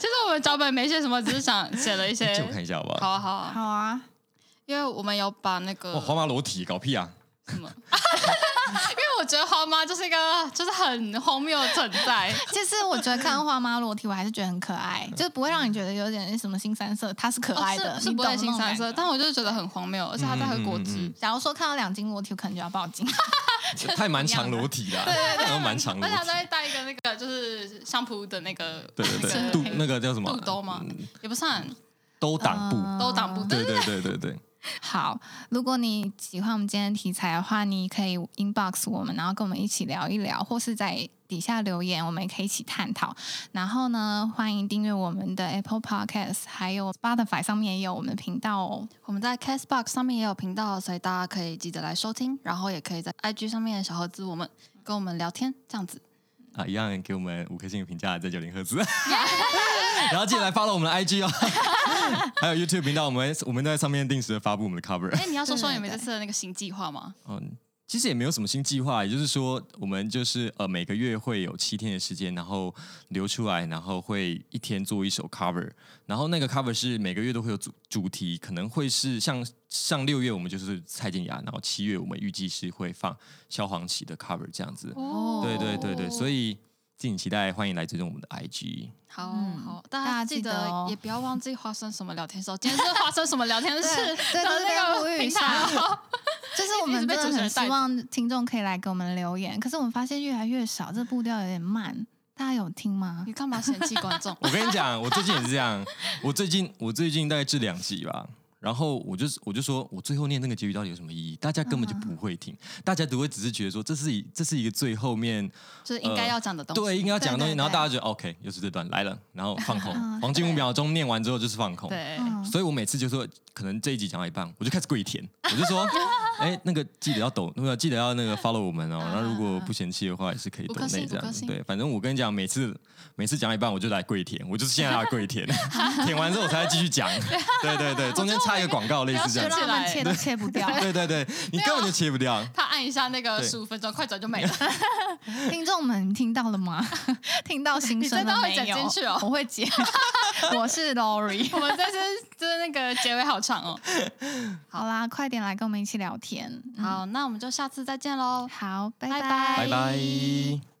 Speaker 2: 实我们脚本没写什么，只是想写了一些。
Speaker 3: 借我看一下好不
Speaker 2: 好
Speaker 3: 好？
Speaker 2: 啊好啊，
Speaker 1: 好啊，
Speaker 2: 因为我们有把那个
Speaker 3: 哇，黄马裸体搞屁啊！
Speaker 2: 什么，因为我觉得花妈就是一个就是很荒谬的存在。
Speaker 1: 其实我觉得看到花妈裸体，我还是觉得很可爱，就是不会让你觉得有点什么新三色，它是可
Speaker 2: 哦
Speaker 1: 爱
Speaker 2: 是
Speaker 1: 的，
Speaker 2: 是
Speaker 1: 你
Speaker 2: 不
Speaker 1: 懂
Speaker 2: 会新
Speaker 1: 那
Speaker 2: 三色，
Speaker 1: 种感
Speaker 2: 但我就是觉得很荒谬，而且他在喝果汁，
Speaker 3: 嗯嗯嗯
Speaker 1: 觉。假如说看到两斤裸体，我可能就要报警。
Speaker 3: 太蛮长裸体
Speaker 2: (laughs)
Speaker 3: 啦，然后蛮长
Speaker 2: 而
Speaker 3: 裸
Speaker 2: 且他
Speaker 3: 体
Speaker 2: 都，会带一个那个就是相扑的那个，
Speaker 3: 对
Speaker 2: 那
Speaker 3: 对
Speaker 2: (laughs)
Speaker 3: 对，
Speaker 2: 个
Speaker 3: 肚那个叫什么？
Speaker 2: 肚兜吗？也不算
Speaker 3: 兜挡布，
Speaker 1: 嗯
Speaker 2: 兜挡不
Speaker 3: 对
Speaker 2: 对，
Speaker 3: 对对对对，
Speaker 1: 好，如果你喜欢我们今天的题材的话，你可以 inbox 我们，然后跟我们一起聊一聊，或是在底下留言，我们也可以一起探讨。然后呢，欢迎订阅我们的 Apple Podcast，还有 Spotify 上面也有我们的频道哦。
Speaker 2: 我们在 Castbox 上面也有频道，所以大家可以记得来收听，然后也可以在 IG 上面小盒子我们跟我们聊天这
Speaker 1: (laughs)
Speaker 2: 样子。
Speaker 3: 啊，一样给我们五颗星的评价，在九零
Speaker 2: (laughs)
Speaker 3: 赫兹，然后记得来 follow 我们的 IG 哦， (laughs) 还有 YouTube 频道，我们我们在上面定时的发布我们的 cover，
Speaker 2: 哎，你要说说
Speaker 1: 对
Speaker 2: 你们这次的那个新计划吗？
Speaker 3: 嗯，其实也没有什么新计划，也就是说，我们就是呃每个月会有七天的时间，然后留出来，然后会一天做一首 cover，然后那个 cover 是每个月都会有主主题，可能会是像上六月我们就是蔡健雅，然后七月我们预计是会放萧煌奇的 cover 这样子。
Speaker 2: 哦
Speaker 3: 对对对对，所以敬请期待，欢迎来追踪我们的 IG。？
Speaker 2: 好
Speaker 1: 嗯
Speaker 2: 好，
Speaker 1: 大
Speaker 2: 大
Speaker 1: 家
Speaker 2: 家
Speaker 1: 记
Speaker 2: 记
Speaker 1: 得哦
Speaker 2: 得也不要忘记花生什么聊天室哦。今天是花生什么聊天室
Speaker 1: (laughs) 对对
Speaker 2: 的
Speaker 1: 对对
Speaker 2: 那
Speaker 1: 呼吁
Speaker 2: 个
Speaker 1: 一
Speaker 2: 平
Speaker 1: 下
Speaker 2: 台哦。
Speaker 1: 就是我们
Speaker 2: 一直
Speaker 1: 真
Speaker 2: 被
Speaker 1: 的
Speaker 2: 主持
Speaker 1: 很
Speaker 2: 人带
Speaker 1: 希
Speaker 2: 着
Speaker 1: 望听众可以来给我们留言，可是我们发现越来越少，这步调有点慢。大家有听吗
Speaker 2: 你？干嘛嫌弃观众
Speaker 3: 我跟你讲，我最近也是这样， (laughs) 我最近我最近大概治两集吧。然后我就我就说，我最后念那个结语到底有什么意义？大家根本就不会听，
Speaker 1: 哦
Speaker 3: 大家都会只是觉得说这是一这是一个最后面
Speaker 2: 就是应该要讲的东西。
Speaker 3: 对应该要讲的东西，
Speaker 1: 对对
Speaker 3: 然后大家觉得哦 OK，又是这段来了，然后
Speaker 1: (laughs)
Speaker 3: 放空
Speaker 1: 嗯，
Speaker 3: 黄金五
Speaker 1: 对
Speaker 3: 秒钟念完之后就是放空。
Speaker 2: 对
Speaker 1: 嗯，
Speaker 3: 所以我每次就说，可能这一集讲到一半，我就开始跪舔，我就说，哎、那个记得要抖，那个记得要那个 follow 我们哦。
Speaker 2: 啊
Speaker 3: 然后如果不嫌弃的话，也是可以抖
Speaker 2: 五颗
Speaker 3: 那
Speaker 2: 星五
Speaker 3: 这样
Speaker 2: 颗
Speaker 3: 子。
Speaker 2: 星
Speaker 3: 对，反正我跟你讲，每次每次讲到一半，我就来跪舔，我就是现在来跪舔，舔完之后我才继续讲。对对对，中间插一个广告，类似这
Speaker 1: 就
Speaker 3: 样
Speaker 1: 让
Speaker 3: 子。
Speaker 1: 他们切都切不掉。
Speaker 3: 对对对，你根本就切不掉。
Speaker 2: 他按一下那个
Speaker 3: 对
Speaker 2: 十五分钟，快转就没
Speaker 1: 嗯
Speaker 2: 了。
Speaker 1: 听众们，你听到了吗？ (laughs) 听到心声了没
Speaker 2: 你真的
Speaker 1: 有？
Speaker 2: 会剪进去哦
Speaker 1: 我会剪。 (laughs) 我是 Lori。
Speaker 2: 我们这次就是那个结尾好长哦。
Speaker 1: 好啦，快点来跟我们一起聊天。嗯，
Speaker 2: 好，那我们就下次再见喽。
Speaker 1: 好，拜
Speaker 2: 拜
Speaker 1: 拜
Speaker 3: 拜拜。